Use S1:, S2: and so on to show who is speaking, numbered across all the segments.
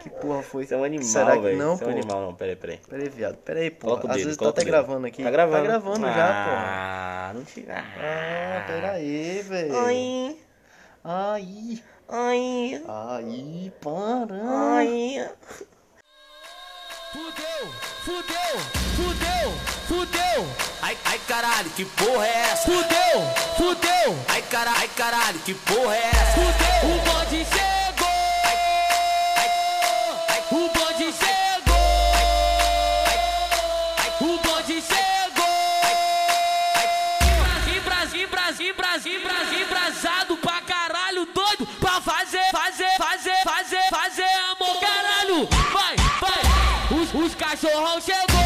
S1: Que porra foi?
S2: Você é um animal,
S1: Será que
S2: velho.
S1: não,
S2: Você é um
S1: pô?
S2: animal, não. Peraí, peraí.
S1: Peraí, viado. Peraí, pô.
S2: Coloca o
S1: Às
S2: dedo,
S1: vezes tá
S2: coloca
S1: até
S2: o dedo.
S1: gravando aqui.
S2: Tá gravando.
S1: Tá gravando já, pô.
S2: Ah, não tira.
S1: Ah, peraí, velho.
S2: Ai,
S1: Aí.
S2: ai,
S1: Aí, para.
S2: ai.
S3: Fudeu, fudeu, fudeu, fudeu. Ai, ai caralho, que porra é essa? Fudeu, fudeu. Ai caralho, ai caralho, que porra é essa? Fudeu, o bonde chegou. Ai, ai, ai, o bonde chegou. Ai, ai, o bonde chegou. Brasil, Brasil, Brasil, Brasil, Brasil, brasado pra caralho, doido pra fazer, fazer, fazer, fazer, fazer amor, caralho. Vai, vai, os, os cachorrão chegou.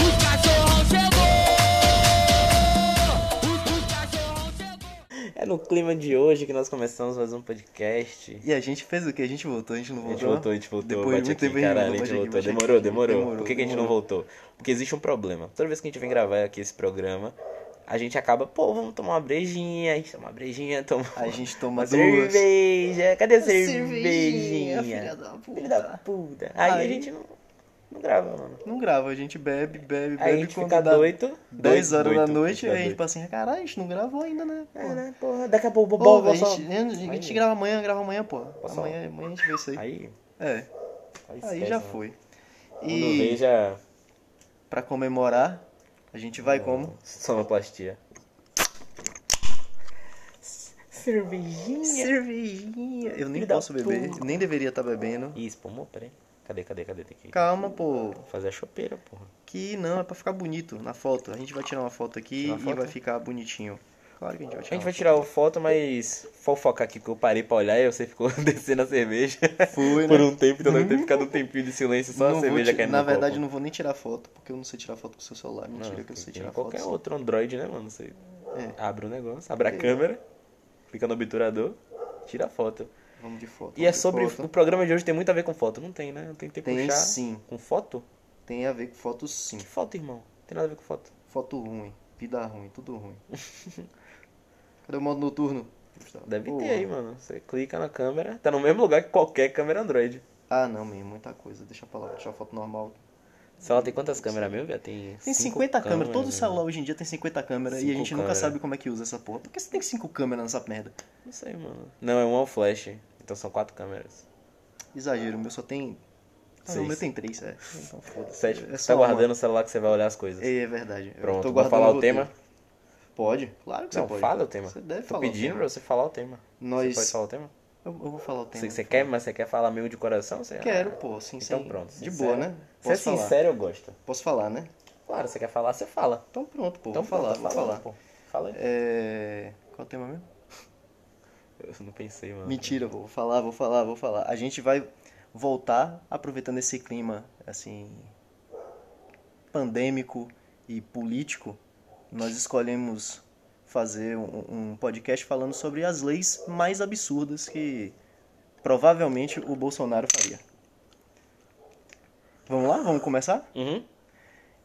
S3: Os cachorrão chegou. Os, os cachorrão chegou.
S2: É no clima de hoje que nós começamos mais um podcast.
S1: E a gente fez o que? A gente voltou, a gente não
S2: A
S1: voltou?
S2: gente voltou, a gente voltou,
S1: Depois de
S2: bate
S1: muito
S2: aqui,
S1: tempo a gente
S2: caralho, a
S1: voltou, bate aqui,
S2: gente voltou.
S1: bate aqui.
S2: Demorou, demorou.
S1: Demorou,
S2: Por que, que a gente não
S1: demorou.
S2: voltou? Porque existe um problema. Toda vez que a gente vem gravar aqui esse programa, a gente acaba, pô, vamos tomar uma brejinha, a gente toma uma brejinha, toma.
S1: A gente toma
S2: Uma
S1: duas.
S2: cerveja, cadê a cervejinha?
S1: Cervejinha, filha da puta.
S2: Filho da puta. Aí,
S1: Aí-
S2: a gente não, não grava, mano.
S1: Não grava, a gente bebe, bebe, bebe.
S2: Aí a gente
S1: quando
S2: fica
S1: dá
S2: doido.
S1: 10
S2: doido,
S1: horas da
S2: doido,
S1: noite,
S2: fica
S1: aí a gente
S2: doido.
S1: fala assim, caralho, a gente não gravou ainda, né? Pô.
S2: É, né, porra, daqui a pouco o
S1: Ô,
S2: Bobó
S1: a,
S2: vai só-
S1: gente, a gente grava amanhã, grava amanhã, pô.
S2: Posso-
S1: Amanhã, amanhã a gente vê isso aí.
S2: Aí,
S1: É,
S2: aí,
S1: aí
S2: esquece,
S1: já
S2: né?
S1: foi.
S2: Quando vê,
S1: E
S2: já.
S1: pra comemorar, a gente vai como?
S2: Sonoplastia. Cervejinha. um
S1: Cervejinha. Eu nem
S2: Filho da
S1: posso beber,
S2: puta.
S1: nem deveria estar bebendo.
S2: Ih, espumou, peraí. Cadê, cadê, cadê? Tem que
S1: Calma, pô.
S2: fazer a chopeira, porra.
S1: Que não, é pra ficar bonito na foto. A gente vai tirar uma foto aqui e
S2: Tirar uma foto?
S1: vai ficar bonitinho. Claro que a gente vai
S2: A
S1: tirar.
S2: gente vai tirar a foto, mas fofoca aqui que eu parei pra olhar e você ficou descendo a cerveja
S1: Foi,
S2: por
S1: né?
S2: um tempo, então deve ter ficado um tempinho de silêncio só a
S1: Não vou
S2: cerveja
S1: ti-
S2: caindo
S1: Na
S2: no copo.
S1: verdade, eu não vou nem tirar foto, porque eu não sei tirar foto com o seu celular.
S2: Não,
S1: Mentira que eu sei
S2: tem
S1: tirar foto.
S2: Ah, Qualquer
S1: sim.
S2: outro Android, né, mano? Você
S1: É.
S2: abre o negócio, abre a câmera, clica no obturador, tira a foto.
S1: Vamos de foto.
S2: E é
S1: vamos de
S2: sobre.
S1: foto.
S2: O programa de hoje tem muito a ver com foto. Não tem, né? Eu tentei
S1: Tem
S2: puxar.
S1: sim.
S2: Com foto?
S1: Tem a ver com foto sim.
S2: Que foto, irmão? Não tem nada a ver com foto.
S1: Foto ruim, vida ruim, tudo ruim. Cadê o modo noturno?
S2: Deve
S1: Porra.
S2: ter aí, mano. Você clica na câmera, tá no mesmo lugar que qualquer câmera Android.
S1: Ah, não, meu, muita coisa. Deixa pra lá, vou tirar foto normal.
S2: Só ela tem quantas câmeras mesmo? velho? Tem,
S1: Tem
S2: cinco
S1: 50 câmeras. Todo
S2: né?
S1: celular hoje em dia tem 50 câmeras e a
S2: Cinco
S1: gente nunca
S2: câmeras.
S1: sabe como é que usa essa porra. Por que você tem 5 câmeras nessa merda?
S2: Não sei, mano. Não, é um ao flash. Então são quatro câmeras.
S1: Exagero, o meu só tem. Ah, não, o
S2: Seis.
S1: meu tem 3, é. Então foda-se.
S2: Sete.
S1: É
S2: tá
S1: só uma.
S2: guardando o celular que você vai olhar as coisas.
S1: É, é verdade. Eu tô
S2: Pronto, vou
S1: guardando
S2: falar o
S1: roteiro.
S2: tema.
S1: Pode? Claro que você
S2: Não,
S1: pode.
S2: fala o tema.
S1: Você deve
S2: Tô
S1: falar o
S2: pedindo
S1: tema.
S2: pra você falar o tema.
S1: Nós-
S2: Você pode falar o tema?
S1: Eu, eu vou falar o tema.
S2: Você, você quer, mas você quer falar meio de coração? Você...
S1: Quero, pô, sim,
S2: Então
S1: sim.
S2: pronto.
S1: De
S2: sincero.
S1: boa, né?
S2: Se é
S1: Posso falar.
S2: sincero, eu gosto.
S1: Posso falar, né?
S2: Claro, você quer falar, você fala.
S1: Então pronto, pô.
S2: Então
S1: vou falar,
S2: pronto,
S1: vou
S2: fala,
S1: falar.
S2: pô. Fala aí.
S1: É... Qual é o tema mesmo?
S2: Eu não pensei, mano.
S1: Mentira, vou falar, vou falar, vou falar. A gente vai voltar aproveitando esse clima, assim, pandêmico e político. Nós escolhemos fazer um, um podcast falando sobre as leis mais absurdas que provavelmente o Bolsonaro faria. Vamos lá? Vamos começar?
S2: Uhum.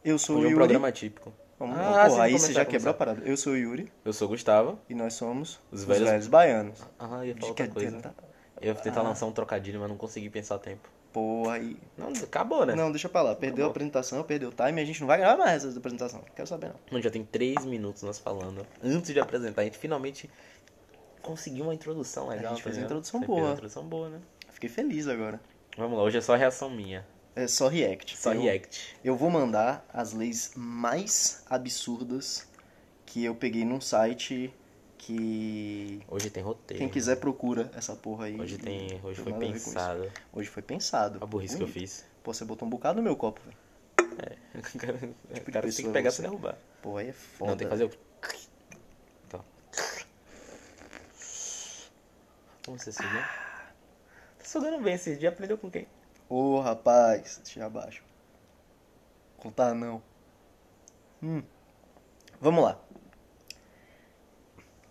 S1: Eu sou o
S2: Hoje é
S1: Yuri.
S2: um programa típico.
S1: Vamos,
S2: Ah,
S1: vamos.
S2: sim,
S1: Porra, aí você
S2: começar,
S1: já
S2: começar.
S1: quebrou a parada. Eu sou o Yuri
S2: Eu sou o Gustavo.
S1: e nós somos
S2: Os
S1: os velhos,
S2: velhos-
S1: baianos.
S2: Ah, eu ia falar
S1: Quer
S2: outra coisa.
S1: tentar-
S2: Eu ia
S1: Ah.
S2: tentar lançar um trocadilho, mas não consegui pensar a tempo.
S1: Porra, aí.
S2: Não, acabou, né?
S1: Não, deixa pra lá. Perdeu a apresentação, perdeu o time, a gente não vai gravar mais essa apresentação. Quero saber não.
S2: Mano, já tem três minutos nós falando. Antes de apresentar, a gente finalmente conseguiu uma introdução legal.
S1: gente
S2: tá
S1: fez uma
S2: ligado?
S1: introdução
S2: Você fez
S1: boa.
S2: uma introdução boa, né?
S1: Fiquei feliz agora.
S2: Vamos lá, hoje é só reação minha.
S1: É só react.
S2: Só
S1: eu,
S2: react.
S1: Eu vou mandar as leis mais absurdas que eu peguei num site que
S2: Hoje tem roteiro.
S1: quem quiser procura essa porra aí.
S2: É. Hoje tem. Hoje
S1: Não
S2: foi
S1: nada a ver com isso.
S2: pensado.
S1: Hoje foi pensado.
S2: A burrice que eu
S1: Bonito.
S2: fiz.
S1: Pô, você botou um bocado no meu copo, velho.
S2: O cara, o cara tem
S1: pessoa
S2: que pegar
S1: você.
S2: pra derrubar.
S1: Pô, aí é foda.
S2: Não, tem que fazer o. Tá. Como você sugou? Tá
S1: Ah.
S2: sugando bem esse dia, aprendeu com quem?
S1: Ô, rapaz, deixa abaixo. Contar não. Hum. Vamos lá.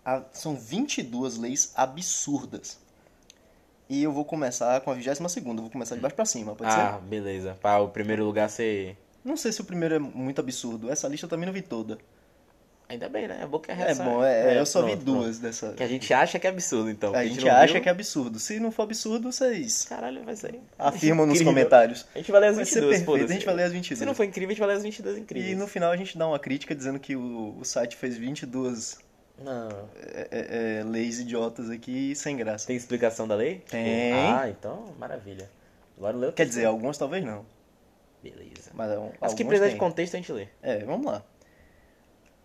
S1: A- são 22 leis absurdas. E eu vou começar com a 22ª, vou começar de baixo pra cima, pode
S2: ah,
S1: ser?
S2: beleza. Pra o primeiro lugar ser.
S1: Não sei se o primeiro é muito absurdo, essa lista eu também não vi toda.
S2: Ainda bem, né? É bom que a
S1: É
S2: reação.
S1: bom, é, eu só vi
S2: pronto,
S1: duas dessa.
S2: pronto. Que a gente acha que é absurdo, então. que
S1: A gente
S2: não
S1: acha
S2: viu.
S1: que é absurdo. Se não for absurdo, vocês
S2: Caralho, vai sair.
S1: afirmam nos
S2: Incrível.
S1: comentários.
S2: A gente vai ler as
S1: Vai ser
S2: 22,
S1: perfeito, a
S2: foda-se.
S1: gente vai ler as
S2: Se
S1: 22.
S2: não for incrível, a gente vai ler as 22 incríveis.
S1: E no final a gente dá uma crítica dizendo que o, o site fez 22
S2: Não.
S1: é, é, leis idiotas aqui e sem graça.
S2: Tem explicação da lei?
S1: Tem.
S2: Ah, então, maravilha. Agora leu
S1: Quer dizer, algumas talvez não.
S2: Beleza.
S1: Mas al-
S2: As que
S1: algumas
S2: precisam de
S1: tem.
S2: contexto a gente lê.
S1: É, vamos lá.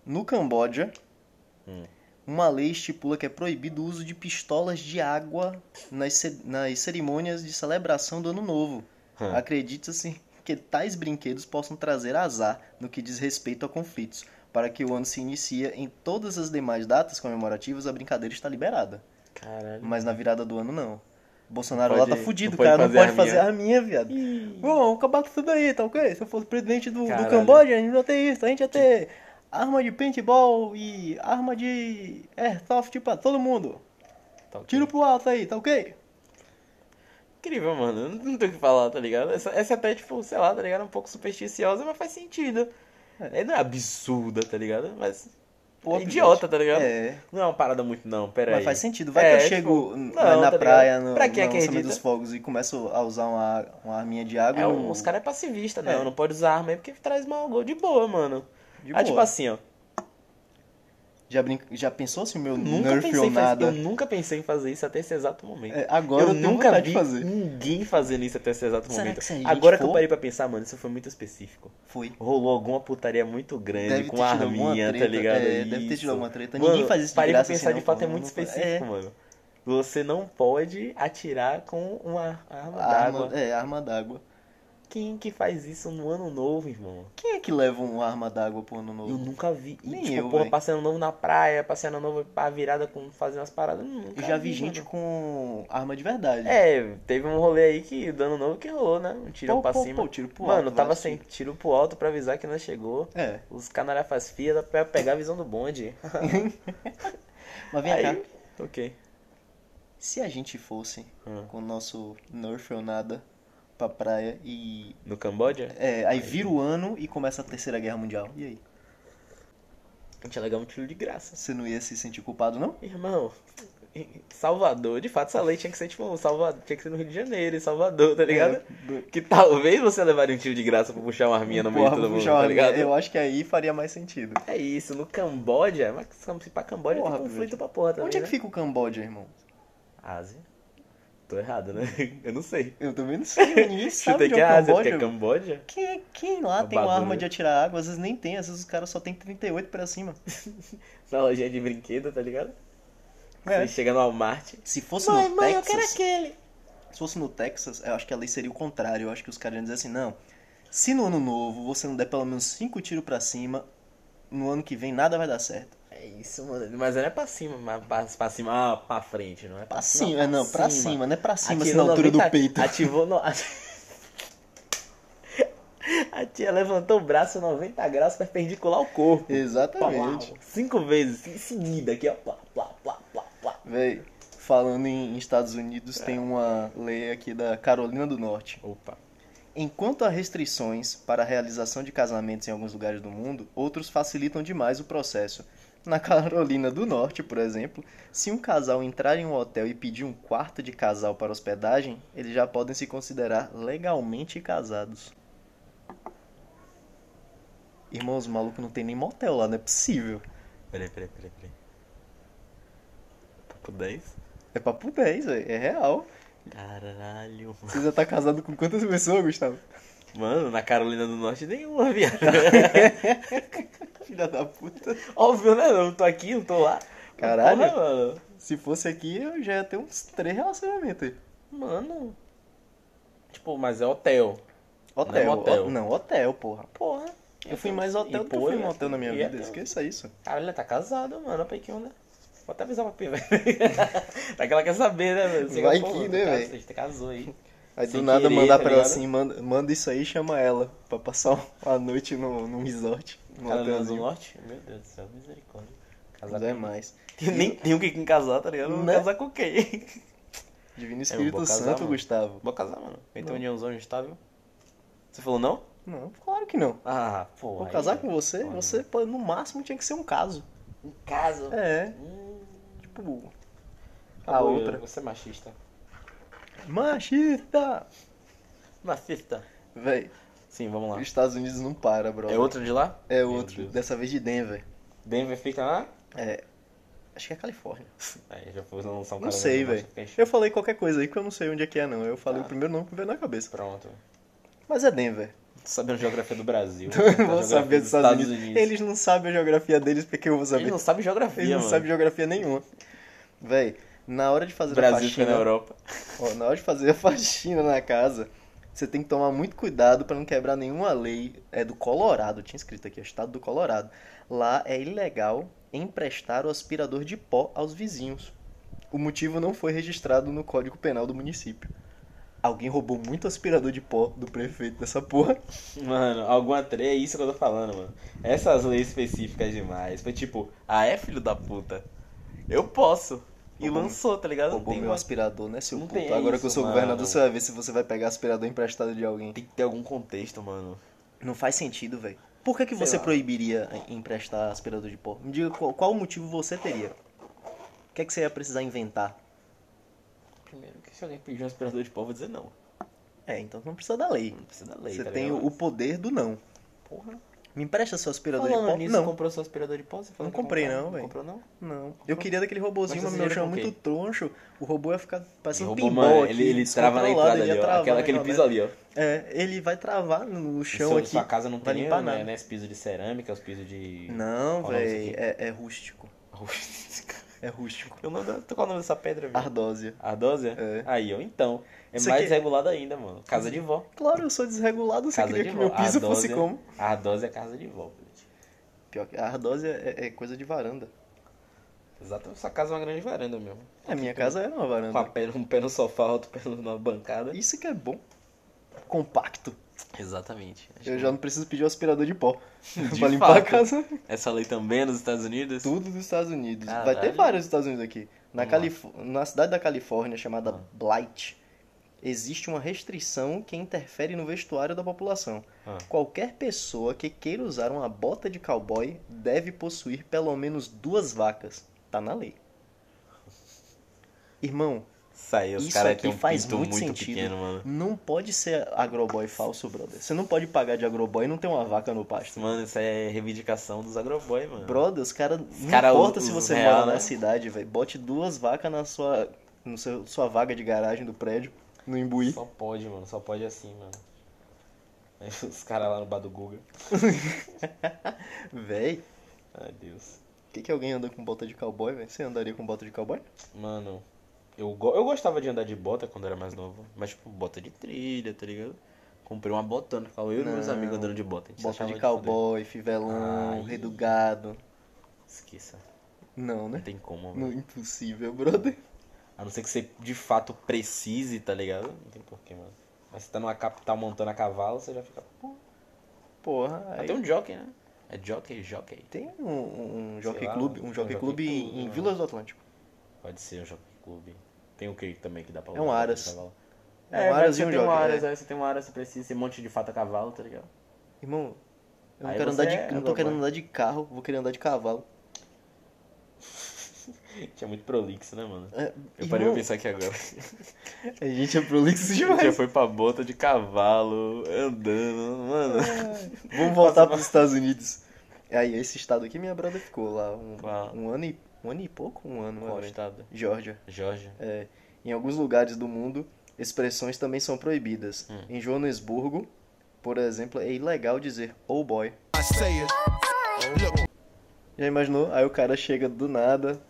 S1: No Camboja,
S2: Hum.
S1: uma lei estipula que é proibido o uso de pistolas de água nas, ce- nas cerimônias de celebração do Ano Novo.
S2: Hum.
S1: Acredita-se que tais brinquedos possam trazer azar no que diz respeito a conflitos. Para que o ano se inicie em todas as demais datas comemorativas, a brincadeira está liberada.
S2: Caralho.
S1: Mas na virada do ano, não. Bolsonaro
S2: Não
S1: lá
S2: pode-
S1: tá fudido,
S2: não
S1: o
S2: pode
S1: cara não
S2: fazer a
S1: pode fazer
S2: minha.
S1: a minha, viado. Bom, acabar com isso daí, tá ok? Se eu fosse presidente do, do
S2: Caralho.
S1: Camboja, a gente não tem isso. A gente ia ter arma de paintball e arma de airsoft pra todo mundo.
S2: Tá ok.
S1: Tiro pro alto aí, tá ok?
S2: Incrível, mano. Não tem o que falar, tá ligado? Essa, essa é até, tipo, sei lá, tá ligado? Um pouco supersticiosa, mas faz sentido. É, não é absurda, tá ligado? Mas.
S1: Pô,
S2: é idiota,
S1: bicho.
S2: tá ligado?
S1: É.
S2: Não é uma parada muito, não, pera
S1: Mas
S2: aí.
S1: faz sentido. Vai
S2: É,
S1: que eu
S2: tipo,
S1: chego
S2: não,
S1: lá na
S2: tá
S1: praia,
S2: ligado?
S1: no,
S2: Pra quem
S1: no lançamento
S2: acredita?
S1: dos fogos e começo a usar uma, uma arminha de água. um
S2: É,
S1: eu-
S2: os caras é pacifista, não.
S1: É.
S2: Não pode usar arma aí porque traz mal gol. De boa, mano.
S1: De
S2: ah, tipo
S1: boa.
S2: assim, ó.
S1: já, brinca... já pensou se o meu
S2: Nunca
S1: Nerf
S2: pensei
S1: ou
S2: em fazer,
S1: nada?
S2: eu nunca pensei em fazer isso até esse exato momento.
S1: É, agora eu,
S2: eu
S1: tenho
S2: nunca
S1: vontade
S2: vi um
S1: de fazer.
S2: ninguém fazendo isso até esse exato
S1: Será
S2: momento.
S1: que se a gente
S2: Agora que eu
S1: for?
S2: parei pra pensar, mano, isso foi muito específico.
S1: Foi.
S2: Rolou alguma putaria muito grande
S1: Deve
S2: com
S1: ter
S2: a
S1: tido alguma
S2: arminha, tá
S1: treta,
S2: ligado?
S1: é, deve ter
S2: Isso.
S1: tido alguma treta.
S2: Mano,
S1: Ninguém faz isso de
S2: parei pra
S1: graça assim,
S2: pensar, de
S1: não,
S2: fato, é
S1: pô,
S2: muito
S1: não faz-
S2: específico, mano. Você não pode atirar com uma arma d'água.
S1: Arma, é, arma d'água.
S2: Quem que faz isso no ano novo, irmão?
S1: Quem é que leva uma arma d'água pro ano
S2: Eu
S1: novo?
S2: nunca vi. E,
S1: Nem
S2: tipo,
S1: eu,
S2: porra,
S1: véi.
S2: passando novo na praia, passando novo pra virada com fazendo as paradas. Eu nunca
S1: Eu já vi
S2: vi
S1: gente
S2: mano.
S1: com arma de verdade.
S2: É, teve um rolê aí que dando novo que rolou, né? Um tiro
S1: Pô,
S2: pra
S1: pô,
S2: cima.
S1: pô, tiro pro
S2: mano,
S1: alto, né?
S2: tava assim.
S1: vários
S2: sem tiro pro alto pra avisar que nós chegou.
S1: É.
S2: Os canalha faz fila pra pegar a visão do bonde.
S1: Mas vem
S2: aí,
S1: cá.
S2: ok.
S1: Se a gente fosse
S2: Hum.
S1: com o nosso Nerf ou nada pra praia e.
S2: No Camboja?
S1: É, aí vira o ano e começa a terceira guerra mundial. E aí?
S2: A gente ia legar um tiro de graça.
S1: Você não ia se sentir culpado,
S2: Tá
S1: não?
S2: Irmão, em Salvador, de fato, essa lei tinha que ser, tipo, Salvador, tinha que ser no Rio de Janeiro, em Salvador,
S1: É.
S2: tá ligado?
S1: do-
S2: Que talvez você levaria um tiro de graça pra puxar uma arminha no meio
S1: Porra,
S2: de
S1: vou
S2: todo mundo,
S1: puxar uma
S2: tá ligado?
S1: linha. Eu acho que aí faria mais sentido.
S2: É isso, no Camboja, mas se pra Camboja
S1: Porra,
S2: tem conflito
S1: velho.
S2: pra porra também,
S1: Onde é que
S2: né?
S1: fica o Camboja, irmão?
S2: Ásia. Tô errado, né? Eu não sei.
S1: Eu também não sei, ninguém sabe
S2: Chutei
S1: onde
S2: que
S1: é
S2: é
S1: o
S2: Ásia, porque é
S1: Camboja.
S2: Camboja.
S1: Quem, quem lá
S2: O
S1: tem uma
S2: bagulho.
S1: arma de atirar água? Às vezes nem tem, às vezes os caras só tem 38 pra cima.
S2: Na lojinha de brinquedo, tá ligado?
S1: É.
S2: Você chega no Walmart.
S1: Se fosse
S2: Mãe,
S1: no
S2: mãe, eu
S1: Texas,
S2: quero aquele.
S1: se fosse no Texas, eu acho que a lei seria o contrário. Eu acho que os caras iam dizer assim, não, se no ano novo você não der pelo menos 5 tiros pra cima, no ano que vem nada vai dar certo.
S2: É isso, mano. Mas não é pra cima, mas pra, pra cima, ah, pra frente, não é
S1: Pra cima, não, pra cima, não é pra cima, assim, na
S2: Atirou
S1: altura do
S2: 90
S1: peito.
S2: Ativou no... A tia levantou o braço 90 graus pra perpendicular o corpo.
S1: Exatamente.
S2: Pau, Cinco vezes, em seguida aqui, ó. Plá, plá, plá, plá, plá.
S1: Véi, falando em em Estados Unidos, tem uma lei aqui da Carolina do Norte.
S2: Opa.
S1: Enquanto há restrições para a realização de casamentos em alguns lugares do mundo, outros facilitam demais o processo. Na Carolina do Norte, por exemplo, se um casal entrar em um hotel e pedir um quarto de casal para hospedagem, eles já podem se considerar legalmente casados. Irmãos, o maluco não tem nem motel lá, não é possível.
S2: Peraí, peraí, peraí, peraí.
S1: Tá
S2: Papo 10?
S1: É papo 10, véi, é real.
S2: Caralho.
S1: Você já tá casado com quantas pessoas, Gustavo?
S2: Mano, na Carolina do Norte nenhuma, viado.
S1: Filha da puta.
S2: Óbvio, né? Não tô aqui, não tô lá.
S1: Caralho.
S2: Porra, mano.
S1: Se fosse aqui, eu já ia ter uns três relacionamentos aí.
S2: Mano. Tipo, mas é hotel.
S1: Hotel.
S2: Não é motel.
S1: ho- Não, hotel, porra.
S2: Porra.
S1: Eu fui mais hotel do que eu fui motel na
S2: é
S1: minha vida. Esqueça isso.
S2: Cara, ele tá casado, mano. Olha que onda. Vou até avisar pra Pia, velho. Daquela quer saber, né, velho? Você
S1: Vai
S2: fala,
S1: que,
S2: pô, mano,
S1: né,
S2: tá-
S1: velho?
S2: Você casou aí.
S1: Aí do
S2: Sem
S1: nada
S2: querer,
S1: mandar
S2: tá
S1: pra ela
S2: ligado?
S1: assim, manda, manda isso aí e chama ela pra passar um- uma noite no, num resort. Num
S2: Carolina do
S1: hotelzinho.
S2: Norte? Meu Deus do céu, misericórdia.
S1: Mas é mais.
S2: Nem tem o que quem casar, tá ligado? Vou
S1: Né?
S2: casar com quem?
S1: Divino
S2: É, vou
S1: Espírito
S2: casar,
S1: Santo,
S2: mano.
S1: Gustavo.
S2: Vou casar, mano. Tem
S1: Não.
S2: uma uniãozão estável. Você falou não?
S1: Não, claro que não.
S2: Ah, pô.
S1: Vou
S2: aí
S1: casar
S2: é
S1: com você,
S2: foda.
S1: você pode, no máximo tinha que ser um caso.
S2: Um caso?
S1: É,
S2: Hum,
S1: tipo, a
S2: acabou,
S1: outra.
S2: Yuri, Você é machista.
S1: Machista!
S2: Machista.
S1: Véi,
S2: Sim, vamos lá.
S1: os Estados Unidos não para, bro.
S2: É outra de lá?
S1: É
S2: Meu
S1: outro,
S2: Deus.
S1: dessa vez de Denver.
S2: Denver fica lá?
S1: É, acho que é a Califórnia.
S2: Aí já foi lançar um
S1: Não
S2: cara
S1: sei,
S2: mesmo,
S1: velho.
S2: acho que fechou.
S1: Eu falei qualquer coisa aí que eu não sei onde é que é, não. Eu falei
S2: Tá.
S1: o primeiro nome que me veio na cabeça.
S2: Pronto.
S1: Mas é Denver.
S2: Tô sabendo geografia do Brasil.
S1: Eu
S2: tá
S1: não vou
S2: geografia
S1: saber dos Estados Unidos. Eles não sabem a geografia deles, porque eu vou saber.
S2: Eles não sabem geografia,
S1: Eles não
S2: mano.
S1: sabem geografia nenhuma. Véi, na hora de fazer
S2: O
S1: a
S2: Brasil fica na
S1: faxina...
S2: Europa.
S1: ó, na hora de fazer a faxina na casa, você tem que tomar muito cuidado pra não quebrar nenhuma lei. É do Colorado, tinha escrito aqui, é o estado do Colorado. Lá é ilegal emprestar o aspirador de pó aos vizinhos. O motivo não foi registrado no Código Penal do município. Alguém roubou muito aspirador de pó do prefeito dessa porra.
S2: Mano, alguma treta, é isso que eu tô falando, mano. Essas leis específicas demais. Foi tipo, ah, é filho da puta. Eu posso. E
S1: Roubou-
S2: lançou, tá ligado?
S1: Roubou
S2: tem,
S1: meu
S2: uma-
S1: aspirador, né, seu
S2: Não
S1: puto?
S2: tem
S1: Agora que eu
S2: isso,
S1: sou governador,
S2: mano.
S1: você vai ver se você vai pegar aspirador emprestado de alguém.
S2: tem que ter algum contexto, mano.
S1: Não faz sentido, velho. Por que, que
S2: Sei
S1: você
S2: lá.
S1: proibiria em- emprestar aspirador de pó? Me diga qual, qual motivo você teria. O que é que você ia precisar inventar?
S2: Primeiro que se alguém pedir um aspirador de pó, eu vou dizer não.
S1: É, então não precisa da lei.
S2: Não precisa da lei,
S1: você
S2: tá
S1: tem
S2: ligado?
S1: o poder do não.
S2: Porra.
S1: Me empresta seu aspirador de
S2: tá Falando
S1: pó?
S2: nisso,
S1: não.
S2: comprou seu aspirador de pó? Você
S1: Não
S2: falou que
S1: comprei,
S2: comprou?
S1: não, véi.
S2: comprou, não?
S1: Não. Eu queria daquele robôzinho,
S2: Mas
S1: mas
S2: vocês
S1: meu chão é
S2: viram com
S1: muito
S2: quem?
S1: troncho. O robô ia ficar parecendo um
S2: Roubou,
S1: pinball
S2: mano.
S1: aqui.
S2: Ele, ele trava né, na
S1: descontrolado,
S2: entrada
S1: ele ia
S2: ali, ó.
S1: travar
S2: Aquela,
S1: na
S2: aquele piso é
S1: janela.
S2: ali, ó.
S1: É, ele vai travar no chão
S2: Sua-
S1: aqui.
S2: Sua casa não
S1: vai
S2: tem nem,
S1: limpar
S2: né,
S1: nada.
S2: né, esse piso de cerâmica, os pisos de...
S1: Não,
S2: Qual o nome
S1: véi.
S2: disso
S1: É, é rústico.
S2: aqui?
S1: É rústico.
S2: Eu não qual é o nome dessa pedra, velho?
S1: Ardósia.
S2: Ardósia?
S1: É.
S2: Aí, ó, então. É
S1: Isso
S2: mais
S1: aqui-
S2: regulado ainda, mano. Casa de vó.
S1: Claro, eu sou desregulado, você
S2: Casa
S1: queria
S2: de
S1: que
S2: vó.
S1: meu piso fosse
S2: Ardósia-
S1: como?
S2: Ardósia é casa de vó, gente.
S1: Pior que a ardósia é, é coisa de varanda.
S2: Exatamente. Sua casa é uma grande varanda mesmo.
S1: A minha casa era uma
S2: É, Com a
S1: varanda.
S2: pé- um pé no sofá, outro pé na bancada.
S1: Isso que é bom. Compacto.
S2: Exatamente. Acho
S1: Eu
S2: que
S1: já não preciso pedir um aspirador de pó
S2: De
S1: pra limpar a
S2: fato.
S1: casa.
S2: Essa lei também é nos Estados Unidos?
S1: Tudo dos Estados Unidos. Vai ter
S2: Caralho.
S1: vários dos Estados Unidos aqui. Na,
S2: Vamos
S1: Calif- na cidade da Califórnia, chamada
S2: Ah.
S1: Blight, existe uma restrição que interfere no vestuário da população.
S2: Ah.
S1: Qualquer pessoa que queira usar uma bota de cowboy deve possuir pelo menos duas vacas. Tá na lei. Irmão,
S2: Sai, os
S1: Isso
S2: caras
S1: aqui
S2: têm um
S1: faz
S2: pinto
S1: muito
S2: muito,
S1: sentido.
S2: pequeno, mano.
S1: não pode ser agroboy falso, brother. Você não pode pagar de agroboy e não ter uma vaca no pasto.
S2: Mano, isso é reivindicação dos agroboy, mano.
S1: Brother, os caras. Não
S2: cara,
S1: importa
S2: os-
S1: se
S2: os
S1: você
S2: real,
S1: mora na
S2: né?
S1: cidade, velho. Bote duas vacas na sua, no seu, sua vaga de garagem do prédio, no imbuí.
S2: Só pode, mano. Só pode assim, mano. Aí Os caras lá no bar do Guga.
S1: Véi,
S2: Ai, Deus.
S1: por que, que alguém anda com bota de cowboy, velho? Você andaria com bota de cowboy?
S2: Mano, eu, go- eu gostava de andar de bota quando era mais novo. Mas, tipo, bota de trilha, tá ligado? Comprei uma botana. Ficava eu e meus
S1: Não.
S2: amigos andando de bota. A gente
S1: Bota
S2: achava
S1: de
S2: foder.
S1: cowboy, fivelão,
S2: Ai.
S1: rei do gado.
S2: Esqueça.
S1: Não,
S2: Não
S1: né?
S2: tem como,
S1: Não,
S2: velho.
S1: impossível, brother.
S2: A não ser que você de fato precise, tá ligado? Não tem porquê, mano. Mas você tá numa capital montando a cavalo, você já fica. Pô.
S1: Porra, aí...
S2: Até um jockey, né? É jockey, jockey.
S1: Tem um, um, um
S2: Sei
S1: jockey
S2: lá,
S1: club, um
S2: um
S1: jockey
S2: jockey
S1: club em,
S2: club,
S1: em
S2: né?
S1: Vilas do Atlântico.
S2: Pode ser um jockey clube. Tem o que também que dá pra
S1: É um
S2: usar
S1: aras.
S2: pra cavalo?
S1: É,
S2: É,
S1: um
S2: um
S1: aras
S2: você
S1: e um
S2: tem um
S1: jockey,
S2: aras,
S1: é.
S2: aí você tem um aras, você precisa ser um monte de fato a cavalo, tá ligado?
S1: Irmão, eu não
S2: Aí
S1: quero
S2: você
S1: andar de,
S2: é
S1: eu não tô
S2: agroboy.
S1: querendo andar de carro, vou querer andar de cavalo.
S2: Tinha muito prolixo, né, mano?
S1: É,
S2: Eu parei pra
S1: irmão,
S2: pensar aqui agora.
S1: a gente é prolixo
S2: Já
S1: demais.
S2: foi pra bota de cavalo, andando, mano.
S1: Vamos voltar pros Estados Unidos. É, Aí, esse estado aqui, minha brother ficou lá um,
S2: Qual?
S1: um ano e um ano e pouco, um ano,
S2: Qual
S1: mano.
S2: estado?
S1: Georgia.
S2: Jorge.
S1: É, em alguns lugares do mundo, expressões também são proibidas.
S2: Hum.
S1: Em Joanesburgo, por exemplo, é ilegal dizer "oh boy".
S3: I say it.
S1: Já imaginou? Aí o cara chega do nada,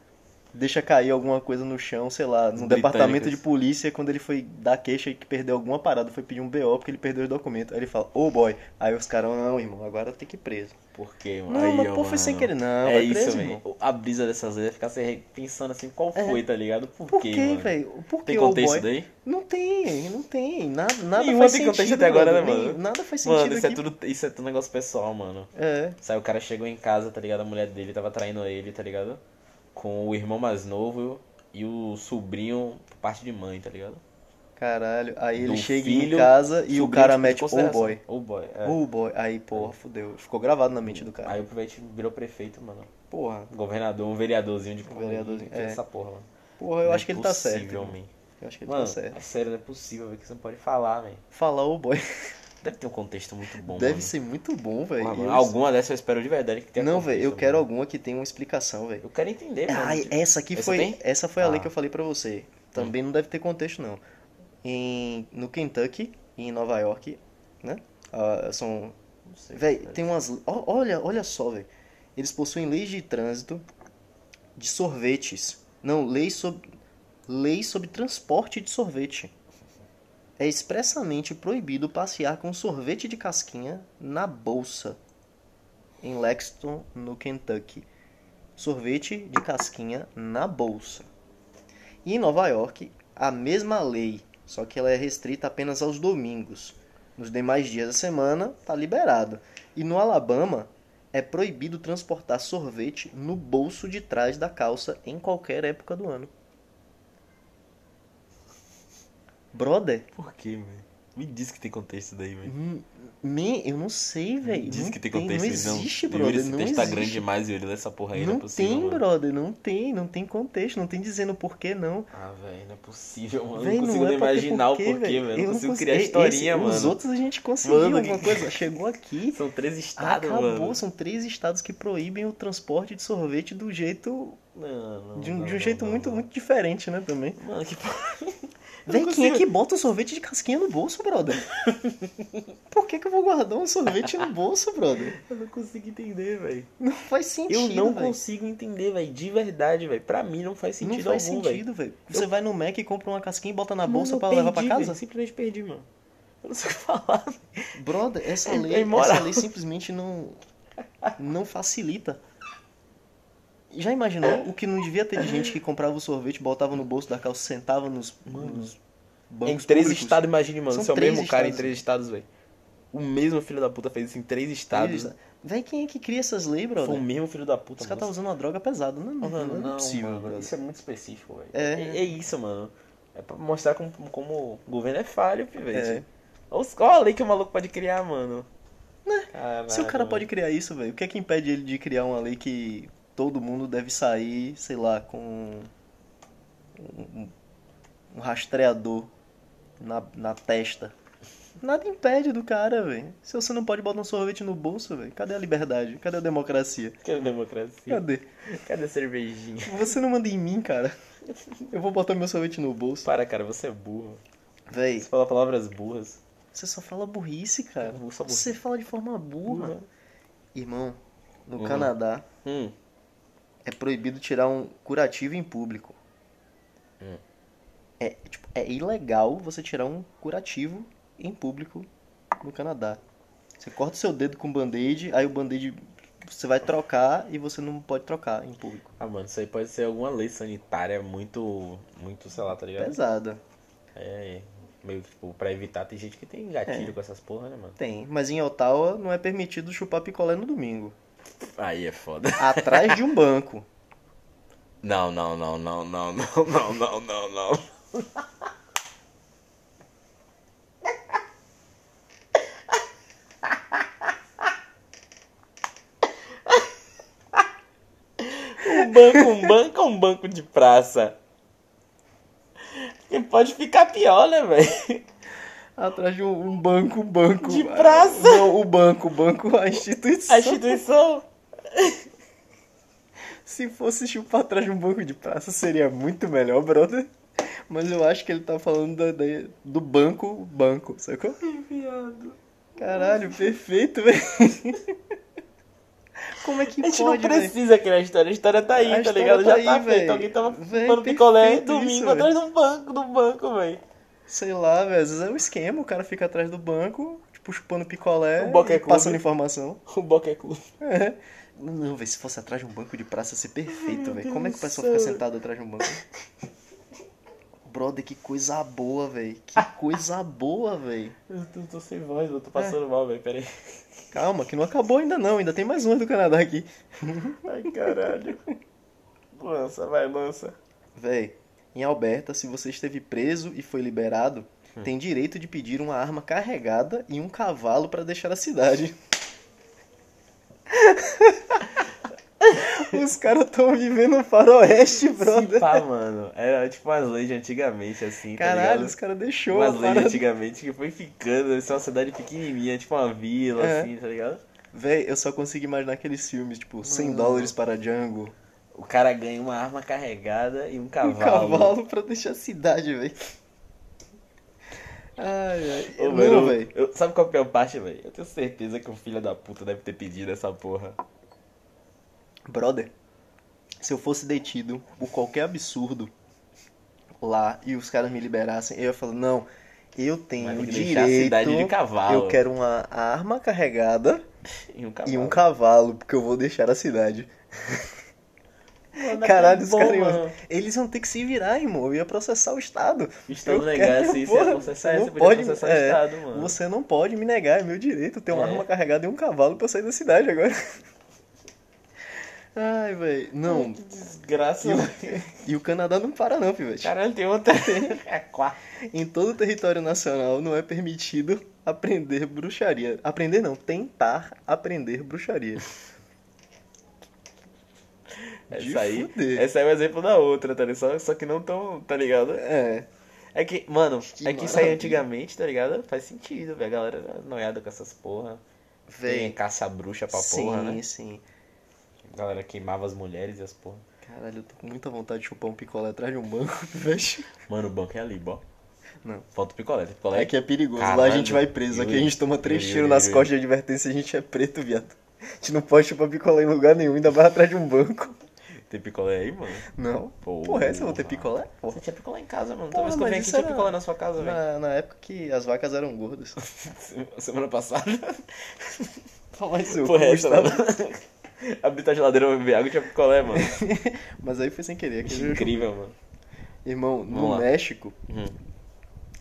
S1: deixa cair alguma coisa no chão, sei lá, no
S2: Britânicos.
S1: departamento de polícia, quando ele foi dar queixa e que perdeu alguma parada, foi pedir um BO porque ele perdeu os documentos. Aí ele fala, ô boy. Aí os caras, não, irmão, agora tem que ir preso.
S2: Por quê, mano?
S1: Não,
S2: Aí,
S1: mas
S2: ó,
S1: pô, foi sem
S2: mano.
S1: querer, não,
S2: É
S1: vai
S2: isso,
S1: preso,
S2: velho. A brisa dessas vezes é ficar se re- pensando assim, qual
S1: É.
S2: foi, tá ligado? Por,
S1: Por
S2: quê,
S1: que,
S2: mano?
S1: velho? Por que
S2: Tem
S1: oh
S2: contexto
S1: boy?
S2: daí?
S1: Não tem, não tem. Nada, nada
S2: Nenhuma
S1: faz
S2: tem
S1: sentido.
S2: contexto até agora,
S1: brother,
S2: né,
S1: nem-
S2: mano?
S1: Nada faz sentido
S2: Mano, isso é,
S1: aqui.
S2: tudo, isso é tudo negócio pessoal, mano.
S1: É,
S2: Sai, o cara chegou em casa, tá ligado? A mulher dele tava traindo ele, tá ligado? Com o irmão mais novo e o sobrinho por parte de mãe, tá ligado?
S1: Caralho. Aí ele
S2: Do
S1: chega
S2: filho,
S1: em casa e o
S2: sobrinho tipo,
S1: cara
S2: de
S1: mete oh
S2: consideração.
S1: boy.
S2: Oh boy, é.
S1: Oh boy. Aí, porra, fudeu. Ficou gravado na mente do cara.
S2: Aí o Pivete virou prefeito, mano.
S1: Porra.
S2: Governador, um vereadorzinho de porra.
S1: Vereadorzinho, é.
S2: Essa porra, mano.
S1: Porra, eu
S2: Não é
S1: acho que ele tá
S2: possível,
S1: certo. irmão.
S2: man.
S1: Eu acho que ele
S2: Mano,
S1: tá certo.
S2: é sério, não é possível, velho, que você não pode falar, velho.
S1: Falar oh boy.
S2: Deve ter um contexto muito bom,
S1: Deve
S2: mano.
S1: ser muito bom, velho.
S2: Porra, mano,
S1: Eu-
S2: Alguma dessa eu espero de verdade que tenha
S1: Não,
S2: contexto,
S1: velho, eu quero
S2: mano.
S1: alguma que tenha uma explicação, velho.
S2: Eu quero entender, mano.
S1: É, Ai,
S2: Tipo,
S1: essa aqui
S2: essa
S1: foi.
S2: tem?
S1: Essa foi a lei
S2: Ah.
S1: que eu falei pra você. Também não deve ter contexto, não. Em, no Kentucky e em Nova York, né? ah, são.
S2: Não sei,
S1: Véi,
S2: velho.
S1: tem umas. ó- Olha, olha só, velho. Eles possuem leis de trânsito de sorvetes. Não, leis sobre. Leis sobre transporte de sorvete. É expressamente proibido passear com sorvete de casquinha na bolsa em Lexington, no Kentucky. Sorvete de casquinha na bolsa. E em Nova York, a mesma lei, só que ela é restrita apenas aos domingos. Nos demais dias da semana, tá liberado. E no Alabama, é proibido transportar sorvete no bolso de trás da calça em qualquer época do ano. Brother,
S2: Por que, velho? Me diz que tem contexto daí, velho.
S1: hum, man, eu não sei, velho.
S2: Diz
S1: Não
S2: que tem
S1: tem,
S2: contexto
S1: não
S2: aí, não.
S1: existe,
S2: Yuri,
S1: brother.
S2: Esse
S1: não
S2: texto tá grande
S1: existe.
S2: demais, Yuri, dessa porra aí, não,
S1: Não
S2: é possível.
S1: tem,
S2: mano.
S1: brother, não tem, não tem contexto, não tem dizendo porquê não.
S2: Ah, velho, não é possível, mano.
S1: Véi,
S2: não consigo nem
S1: é pra ter
S2: imaginar o porquê,
S1: véi.
S2: velho.
S1: Eu
S2: Não consigo
S1: cons-
S2: criar
S1: e-
S2: historinha,
S1: esse- Os
S2: mano.
S1: outros a gente conseguiu
S2: Mano,
S1: alguma
S2: que-
S1: coisa. Chegou aqui,
S2: São três estados,
S1: acabou.
S2: mano.
S1: São três estados que proíbem o transporte de sorvete do jeito,
S2: Não, não,
S1: de um,
S2: não,
S1: de um
S2: não,
S1: jeito
S2: não,
S1: muito,
S2: não.
S1: muito diferente, né, também.
S2: Mano, que porra. Eu
S1: Véi,
S2: não
S1: quem é
S2: consigo.
S1: que bota um sorvete de casquinha no bolso, brother? Por que que eu vou guardar um sorvete no bolso, brother?
S2: Eu não consigo entender, velho.
S1: Não faz sentido,
S2: Eu não
S1: véi.
S2: consigo entender, velho. De verdade, velho. Pra mim não faz sentido
S1: Não faz
S2: algum, velho.
S1: sentido, velho. Você vai no Mac e compra uma casquinha e bota na
S2: Mano,
S1: bolsa
S2: eu
S1: pra levar pra
S2: perdi,
S1: casa?
S2: velho. Simplesmente perdi, mano. Eu não sei o que falar.
S1: Brother, essa
S2: É- é
S1: lei,
S2: imoral.
S1: essa lei simplesmente não não facilita. Já imaginou o que não devia ter de gente que comprava o sorvete, botava no bolso da calça, sentava nos, nos
S2: Em
S1: bancos
S2: três
S1: públicos?
S2: estados, imagine, mano.
S1: São
S2: Se é o
S1: três
S2: mesmo cara em
S1: estados.
S2: três estados, velho. O mesmo filho da puta fez isso em três estados.
S1: Três estados. Véi, quem é que cria essas leis,
S2: Foi o
S1: brother?
S2: mesmo filho da puta,
S1: Os caras tá
S2: mano.
S1: usando uma droga pesada, não, não,
S2: Mano,
S1: não, é possível,
S2: mano,
S1: brother.
S2: Isso é muito específico, velho.
S1: É.
S2: É. é isso, mano. É pra mostrar como, como o governo é falho,
S1: É.
S2: pivete. Olha os- olha a lei que o maluco pode criar, mano. Caralho,
S1: Né? Se o cara
S2: mano.
S1: pode criar isso, velho, o que é que impede ele de criar uma lei que todo mundo deve sair, sei lá, com um, um- um rastreador na, na testa? Nada impede do cara, velho. Se você não pode botar um sorvete no bolso, velho, cadê a liberdade? Cadê a democracia?
S2: Cadê a democracia?
S1: Cadê?
S2: Cadê a cervejinha?
S1: Você não manda em mim, cara. Eu vou botar meu sorvete no bolso.
S2: Para, cara, você é burro.
S1: Véi,
S2: Você fala palavras burras.
S1: você só fala burrice, cara.
S2: Eu sou burro.
S1: Você fala de forma burra.
S2: Burra.
S1: Irmão, no
S2: Uhum.
S1: Canadá,
S2: Hum.
S1: É proibido tirar um curativo em público.
S2: Hum.
S1: É, tipo, é ilegal você tirar um curativo em público no Canadá. Você corta o seu dedo com band-aid, aí o band-aid você vai trocar e você não pode trocar em público.
S2: Ah, mano, isso aí pode ser alguma lei sanitária muito, muito, sei lá, tá ligado?
S1: Pesada.
S2: É, meio que, tipo, pra evitar, tem gente que tem
S1: É.
S2: gatilho com essas porra, né, mano?
S1: Tem, mas em Ottawa não é permitido chupar picolé no domingo.
S2: Aí é foda.
S1: Atrás de um banco.
S2: Não, não, não, não, não, não, não, não, não, não. Um banco, um banco é um banco de praça. Porque pode ficar pior, né, velho?
S1: Atrás de um, um banco, um banco.
S2: De praça.
S1: Não, o banco, o banco, a instituição.
S2: A instituição.
S1: Se fosse chupar atrás de um banco de praça, seria muito melhor, brother. Mas eu acho que ele tá falando da- da- do banco, banco, sacou?
S2: Viado.
S1: Caralho, perfeito, velho. Como é que
S2: A gente
S1: pode,
S2: não
S1: velho?
S2: precisa criar a história. A história tá aí,
S1: A
S2: tá
S1: história
S2: ligado?
S1: tá
S2: Já tá
S1: aí, véi.
S2: feito. Alguém tava
S1: Véi,
S2: fumando picolé
S1: perfeito
S2: domingo
S1: isso,
S2: atrás do banco, do banco, velho.
S1: Sei lá, velho, às vezes é um esquema, o cara fica atrás do banco, tipo, chupando picolé
S2: O banco é
S1: e passando
S2: clube.
S1: informação.
S2: O Boca é Clube.
S1: É. Não, velho, se fosse atrás de um banco de praça, ia ser perfeito, velho. Como é que o
S2: Deus
S1: pessoal
S2: do
S1: fica
S2: céu.
S1: sentado atrás de um banco? Brother, que coisa boa, velho. Que coisa boa, velho.
S2: Eu tô, tô sem voz,
S1: É.
S2: eu tô passando mal, velho. Pera aí.
S1: Calma, que não acabou ainda não, ainda tem mais uma do Canadá aqui.
S2: Ai, caralho. Lança, vai, lança.
S1: Véi, Em Alberta, se você esteve preso e foi liberado, tem direito de pedir uma arma carregada e um cavalo para deixar a cidade. Os caras estão vivendo no faroeste,
S2: Se
S1: brother.
S2: pá, mano. Era tipo as leis de antigamente, assim, tá
S1: Caralho,
S2: ligado?
S1: os caras deixou a
S2: Umas leis de
S1: parada.
S2: antigamente que foi ficando, isso é uma cidade pequenininha, tipo uma vila,
S1: É.
S2: assim, tá ligado?
S1: Véi, eu só consigo imaginar aqueles filmes, tipo, 100 dólares para Django.
S2: O cara ganha uma arma carregada e um
S1: Um
S2: cavalo.
S1: cavalo pra deixar a cidade, véi. Ai, ai.
S2: Ô,
S1: Não,
S2: mano, eu-
S1: véi.
S2: eu- sabe qual que é a parte, velho? Eu tenho certeza que o filho da puta deve ter pedido essa porra.
S1: Brother, se eu fosse detido por qualquer absurdo lá e os caras me liberassem, eu ia falar, não, eu
S2: Mas
S1: tenho
S2: tem
S1: o
S2: que deixar a cidade de
S1: direito,
S2: cavalo.
S1: eu quero uma arma carregada
S2: E um cavalo.
S1: e um cavalo, porque eu vou deixar a cidade.
S2: Mano, é
S1: Caralho,
S2: tão
S1: os
S2: bom,
S1: caras iam,
S2: mano.
S1: eles iam ter que se virar, irmão, eu ia processar o Estado.
S2: O Estado
S1: Eu
S2: negar
S1: quero,
S2: se isso
S1: porra,
S2: ia processar,
S1: você
S2: assim, você
S1: não
S2: podia
S1: pode-
S2: processar o
S1: é,
S2: Estado, mano.
S1: Você não pode me negar, é meu direito ter uma
S2: É.
S1: arma carregada e um cavalo pra eu sair da cidade agora. Ai, velho, não,
S2: Que desgraça. mano.
S1: e um o Canadá não para não, pivete.
S2: Caralho, tem outra. É quatro.
S1: Em todo o território nacional não é permitido aprender bruxaria. Aprender não, tentar aprender bruxaria. De
S2: Essa aí,
S1: fuder.
S2: essa aí é o exemplo da outra, tá ligado? Só, só que não tão, tá ligado?
S1: É.
S2: É que, mano, é que isso aí
S1: maravilha.
S2: antigamente, tá ligado? Faz sentido, velho. A galera era noiada com essas porra. Tem
S1: Véi.
S2: caça-bruxa pra
S1: sim,
S2: porra, né?
S1: sim.
S2: A galera queimava as mulheres e as porra.
S1: Caralho, eu tô com muita vontade de chupar um picolé atrás de um banco, velho.
S2: Mano, o banco é ali, bó.
S1: Não.
S2: Falta o picolé. tem picolé
S1: É que é perigoso. Lá a
S2: Caralho.
S1: gente vai preso. Aqui a gente toma três
S2: Ui,
S1: tiros
S2: ui,
S1: nas
S2: ui.
S1: costas de advertência e a gente é preto, viado. A gente não pode chupar picolé em lugar nenhum, ainda mais atrás de um banco.
S2: Tem picolé aí, mano?
S1: Não.
S2: Porra.
S1: Porra, essa eu vou ter picolé? Porra.
S2: Você tinha picolé em casa, mano.
S1: Porra,
S2: Talvez que eu
S1: mas
S2: venha aqui
S1: isso
S2: tinha
S1: era-
S2: picolé na sua casa, velho.
S1: Na, na época que as vacas eram gordas.
S2: Semana passada.
S1: Toma seu cu,
S2: Porra, essa,
S1: Gustavo.
S2: mano. Abri tua geladeira pra beber água e tinha picolé, mano.
S1: Mas aí foi sem querer.
S2: Que
S1: Aquele
S2: incrível, mano.
S1: Irmão, no
S2: Vamos lá.
S1: México
S2: Hum.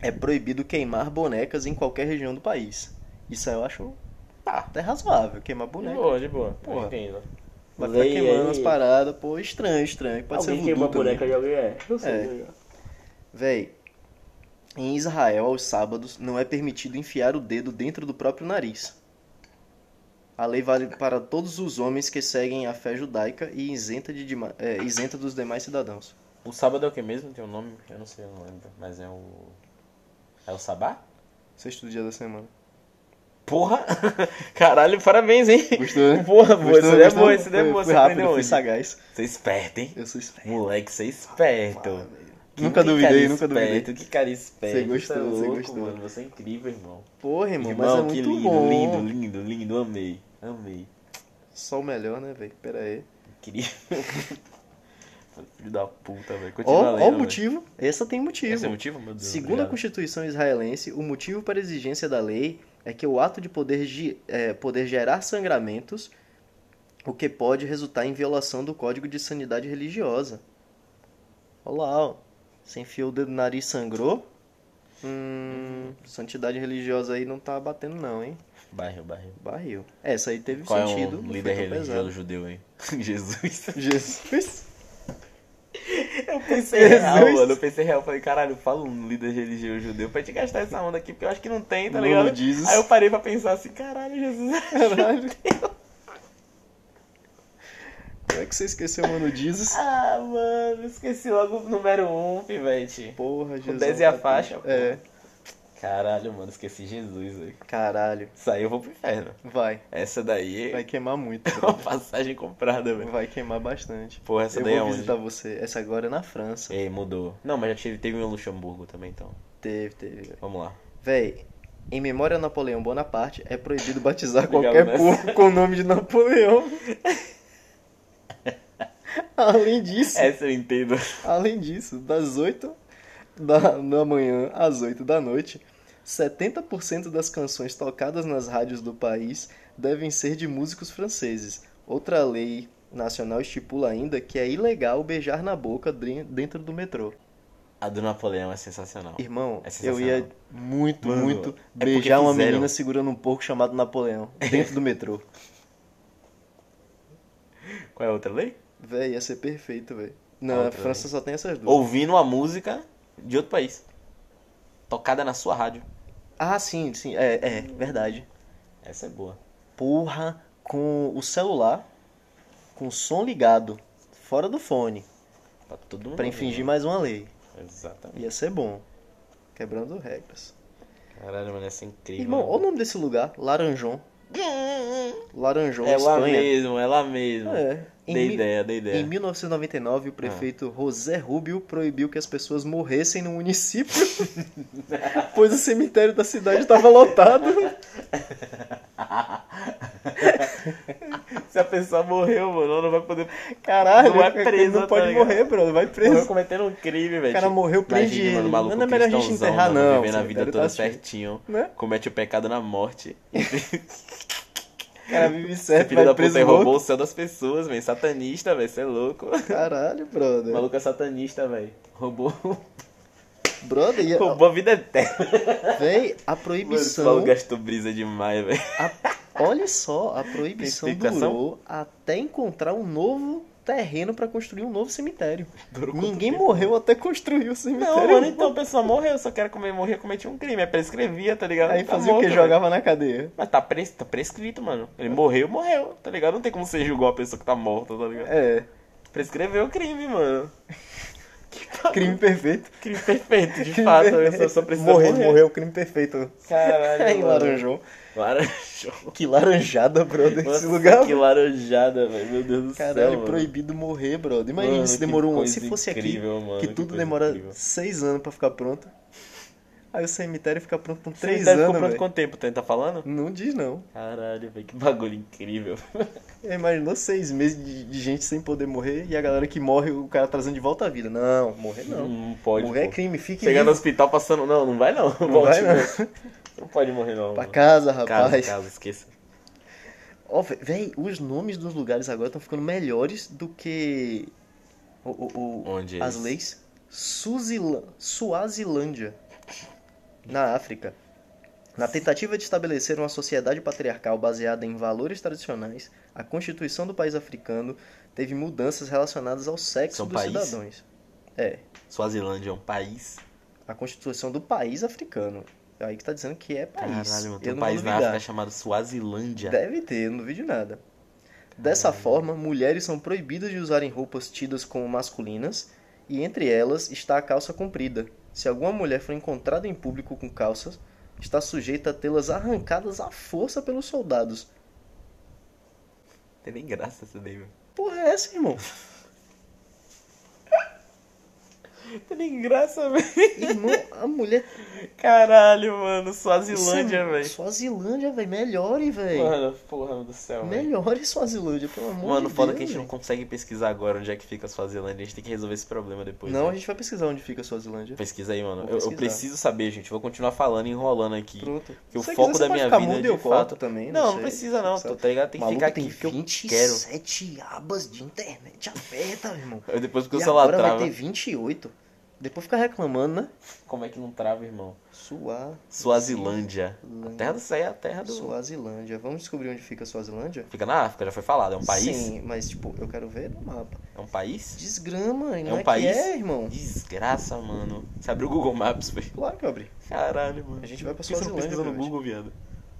S1: é proibido queimar bonecas em qualquer região do país. Isso aí eu acho
S2: Tá.
S1: até razoável, queimar
S2: De
S1: boneca.
S2: boa, de boa.
S1: Porra.
S2: Eu entendo.
S1: Vai ficar
S2: Lei
S1: queimando
S2: aí.
S1: umas paradas, pô, estranho, estranho. Pode ser voodoo também.
S2: de alguém é. Eu
S1: sei, É. Véi, em Israel, aos sábados, não é permitido enfiar o dedo dentro do próprio nariz. A lei vale para todos os homens que seguem a fé judaica e isenta, de dema- é, isenta dos demais cidadãos.
S2: O sábado é o que mesmo? Tem um nome? Eu não sei, eu não lembro. Mas é o. É o sabá?
S1: Sexto dia da semana.
S2: Porra! Caralho, parabéns, hein?
S1: Gostou, né?
S2: Porra,
S1: Gostou,
S2: boa, isso daí é
S1: gostou?
S2: boa, isso daí é
S1: Foi- Fui
S2: boa. Você
S1: rápido,
S2: aprendeu
S1: fui
S2: hoje.
S1: sagaz.
S2: Você é esperto, hein?
S1: Eu sou esperto.
S2: Moleque, você é esperto.
S1: Fala, velho.
S2: Que-
S1: Nunca
S2: que
S1: duvidei,
S2: cara
S1: nunca
S2: esperto,
S1: duvidei.
S2: Que cara esperto.
S1: Você gostou,
S2: é
S1: você
S2: louco,
S1: gostou.
S2: Mano, você é incrível, irmão.
S1: Porra, irmão,
S2: irmão,
S1: mas é
S2: que
S1: muito
S2: lindo,
S1: bom.
S2: lindo, lindo, lindo. Amei, amei.
S1: Só o melhor, né, velho? Pera aí.
S2: Incrível. Filho da puta, velho. Continua
S1: Ó,
S2: lendo,
S1: ó o
S2: velho.
S1: motivo. Essa tem motivo.
S2: Esse é o motivo, meu Deus?
S1: Segundo a
S2: obrigado.
S1: Constituição israelense, o motivo para a exigência da lei é que o ato de poder, gi- eh, poder gerar sangramentos, o que pode resultar em violação do Código de Sanidade Religiosa. Olha lá, ó. Você enfiou o dedo no nariz e sangrou? Hum, santidade religiosa aí não tá batendo não, hein?
S2: Bairro, bairro.
S1: Barril. Essa aí teve
S2: Qual
S1: sentido.
S2: é
S1: não
S2: um
S1: foi
S2: líder
S1: tão
S2: religioso
S1: pesado.
S2: judeu, hein? Jesus.
S1: Jesus.
S2: Eu pensei real,
S1: Jesus.
S2: mano. Eu pensei real. Falei, caralho, fala um líder religioso judeu pra te gastar essa onda aqui, porque eu acho que não tem, tá
S1: Lolo
S2: ligado?
S1: Jesus.
S2: Aí eu parei pra pensar assim, caralho, Jesus.
S1: Caralho. Como é que você esqueceu, mano, Jesus?
S2: Ah, mano, esqueci logo o número 1, um, pivete.
S1: Porra, Jesus.
S2: Com 10 e a faixa, pô.
S1: É.
S2: Caralho, mano, esqueci Jesus, velho.
S1: Caralho.
S2: Isso aí eu vou pro inferno.
S1: Vai.
S2: Essa daí
S1: Vai
S2: é
S1: queimar muito.
S2: uma passagem comprada, velho.
S1: Vai queimar bastante.
S2: Porra, essa
S1: Eu
S2: daí é
S1: vou
S2: onde?
S1: visitar você. Essa agora é na França.
S2: Ei, mudou. Não, mas já tive, teve um em Luxemburgo também, então.
S1: Teve, teve.
S2: Vamos lá.
S1: Véi, em memória a Napoleão Bonaparte, é proibido batizar
S2: Legal,
S1: qualquer
S2: né?
S1: porco com o nome de Napoleão. Além disso,
S2: Essa eu entendo.
S1: Além disso, das 8 da, da manhã às 8 da noite, 70% das canções tocadas nas rádios do país devem ser de músicos franceses. Outra lei nacional estipula ainda que é ilegal beijar na boca dren- dentro do metrô.
S2: A do Napoleão é sensacional.
S1: Irmão,
S2: É sensacional.
S1: eu ia muito,
S2: Mano, é
S1: muito
S2: porque
S1: beijar uma
S2: fizeram.
S1: menina segurando um porco chamado Napoleão dentro do metrô.
S2: Qual é a outra lei?
S1: Véi, ia ser perfeito, véi. Na
S2: outra,
S1: França só tem essas duas.
S2: Ouvindo uma música de outro país. Tocada na sua rádio.
S1: Ah, sim, sim. É, é, verdade.
S2: Essa é boa.
S1: Porra, com o celular, com o som ligado, fora do fone,
S2: Pra Tá todo mundo.
S1: pra infringir mais uma lei.
S2: ouvir. Exatamente.
S1: Ia ser bom. Quebrando regras.
S2: Caralho, mano, essa é incrível.
S1: Irmão,
S2: né?
S1: olha o nome desse lugar, Laranjon. Laranjon,
S2: É lá
S1: Espanha.
S2: mesmo, é lá mesmo.
S1: É. Em
S2: Dei
S1: mi-
S2: ideia, dei ideia. Ah.
S1: Em 1999, o prefeito José Rubio proibiu que as pessoas morressem no município, pois o cemitério da cidade estava lotado.
S2: Se a pessoa morreu, mano, ela não vai poder.
S1: Caralho,
S2: Não é presa,
S1: não pode
S2: tá ligado?
S1: morrer, brother, vai
S2: Morreu
S1: preso.
S2: cometendo um crime, velho.
S1: O cara morreu, prende
S2: Imagina,
S1: ele.
S2: Mano, o maluco
S1: Não é melhor a gente
S2: cristãozão,
S1: enterrar,
S2: mano,
S1: não,
S2: Vivendo a
S1: cemitério
S2: vida
S1: tá
S2: toda
S1: certo.
S2: certinho.
S1: Né?
S2: Comete o pecado na morte.
S1: O cara vive
S2: Esse
S1: certo,
S2: filho
S1: vai
S2: da puta
S1: preso
S2: aí roubou
S1: morto.
S2: o céu das pessoas, velho. Satanista, velho. Você é louco.
S1: Caralho,
S2: O
S1: brother.
S2: maluco é satanista, velho. Roubou,
S1: Brother, e a...
S2: roubou a vida eterna.
S1: véi, a
S2: Mano, esse
S1: proibição...
S2: maluco gastou brisa demais, velho.
S1: a- Olha só, a proibição
S2: é. Tem explicação?
S1: durou até encontrar um novo terreno pra construir um novo cemitério.
S2: Durou quanto
S1: Ninguém
S2: tempo?
S1: morreu até construir o cemitério.
S2: Não, mano, então a pessoa morreu, eu só quero comer, morrer, cometi um crime. Aí prescrevia, tá ligado?
S1: Aí
S2: Tá
S1: fazia o
S2: morto,
S1: que?
S2: velho.
S1: Jogava na cadeia.
S2: Mas tá, pres- tá prescrito, mano. Ele morreu, morreu, tá ligado? Não tem como você julgar a pessoa que tá morta, tá ligado?
S1: É,
S2: Prescreveu o crime, mano. Que bagulho.
S1: crime perfeito.
S2: crime perfeito, Tá de
S1: Crime
S2: fato.
S1: perfeito.
S2: A pessoa só precisa
S1: morrer,
S2: morrer.
S1: morreu, crime perfeito.
S2: Caralho,
S1: Aí,
S2: mano.
S1: laranjão.
S2: Laranjão.
S1: Que laranjada, brother, esse
S2: Nossa,
S1: lugar. é
S2: que laranjada, velho. Meu Deus do céu,
S1: Caralho,
S2: mano.
S1: proibido morrer, brother. Imagina
S2: Mano,
S1: se
S2: que
S1: demorou um ano.
S2: coisa
S1: Se fosse
S2: incrível,
S1: aqui,
S2: mano,
S1: que
S2: que
S1: tudo
S2: coisa
S1: demora
S2: incrível.
S1: seis anos pra ficar pronto. Aí o cemitério fica pronto com
S2: Você
S1: três
S2: tá
S1: anos,
S2: comprando
S1: velho.
S2: quanto tempo? Tá tá falando?
S1: Não diz não.
S2: Caralho, velho. Que bagulho incrível.
S1: Já Imaginou seis meses de, de gente sem poder morrer e a galera que morre, o cara trazendo de volta à vida. Não, morrer não.
S2: Não Hum, pode.
S1: morrer é
S2: pô.
S1: crime, fique
S2: Chegar no
S1: vivo.
S2: hospital passando. Não, não vai não. né?
S1: Não vai, não.
S2: não pode morrer, não.
S1: Pra
S2: mano.
S1: casa, rapaz.
S2: Casa, casa, esqueça.
S1: Ó, vé- véi, os nomes dos lugares agora estão ficando melhores do que o, o- o-
S2: Onde é
S1: as
S2: eles-
S1: leis. Suzila... Suazilândia, na África. Na tentativa de estabelecer uma sociedade patriarcal baseada em valores tradicionais, a Constituição do país africano teve mudanças relacionadas ao sexo
S2: São
S1: dos
S2: país?
S1: cidadãos. É,
S2: Suazilândia é um país.
S1: a Constituição do país africano. Aí que tá dizendo que é país.
S2: Caralho, mano,
S1: Eu
S2: tem um
S1: não vou
S2: país na
S1: duvidar.
S2: África chamado Suazilândia.
S1: Deve ter, eu não vi de nada.
S2: Hum.
S1: Dessa forma, mulheres são proibidas de usarem roupas tidas como masculinas, e entre elas está a calça comprida. Se alguma mulher for encontrada em público com calças, está sujeita a tê-las arrancadas à força pelos soldados.
S2: Não tem nem graça essa daí, velho.
S1: Porra, é essa, irmão?
S2: Não tem nem graça, velho.
S1: Irmão, a mulher.
S2: Caralho, mano. Suazilândia,
S1: Isso é-
S2: velho.
S1: Suazilândia, velho. Melhore, velho.
S2: Mano, porra do céu, velho.
S1: Melhore Suazilândia, pelo amor
S2: Mano,
S1: de
S2: foda
S1: Deus.
S2: que a gente não
S1: velho.
S2: consegue pesquisar agora onde é que fica a Suazilândia. A gente tem que resolver esse problema depois.
S1: Não,
S2: né?
S1: a gente vai pesquisar onde fica a Suazilândia.
S2: Pesquisa aí, mano.
S1: Vou
S2: Eu, eu
S1: pesquisar.
S2: preciso saber, gente. Vou continuar falando e enrolando aqui.
S1: Pronto.
S2: Porque o
S1: Se você
S2: foco
S1: quiser, você
S2: da
S1: pode
S2: minha
S1: ficar
S2: vida é
S1: mudo e
S2: de
S1: eu corto
S2: fato.
S1: também, não
S2: não, não
S1: sei.
S2: precisa não,
S1: Sabe?
S2: tô, tá ligado? Tem que
S1: Maluco
S2: ficar aqui
S1: tem
S2: porque eu
S1: 27 abas de internet aberta, meu irmão.
S2: quero. Eu depois que o
S1: E
S2: celular
S1: agora
S2: trava.
S1: vai ter 28. Depois fica reclamando, né?
S2: Como é que não trava, irmão?
S1: Suá,
S2: Suazilândia. A terra do céu é a terra do.
S1: Suazilândia. Vamos descobrir onde fica a Suazilândia?
S2: Fica na África, já foi falado. É um país?
S1: Sim, mas tipo, eu quero ver no mapa.
S2: É um país?
S1: Desgrama, e não
S2: um
S1: é,
S2: país?
S1: que é, irmão?
S2: Desgraça, mano. Você abriu o Google Maps, velho.
S1: Claro que eu abri.
S2: Caralho, mano.
S1: A gente vai pra
S2: Por que você não
S1: Suazilândia,
S2: pesquisa no
S1: velho.
S2: Google, viado.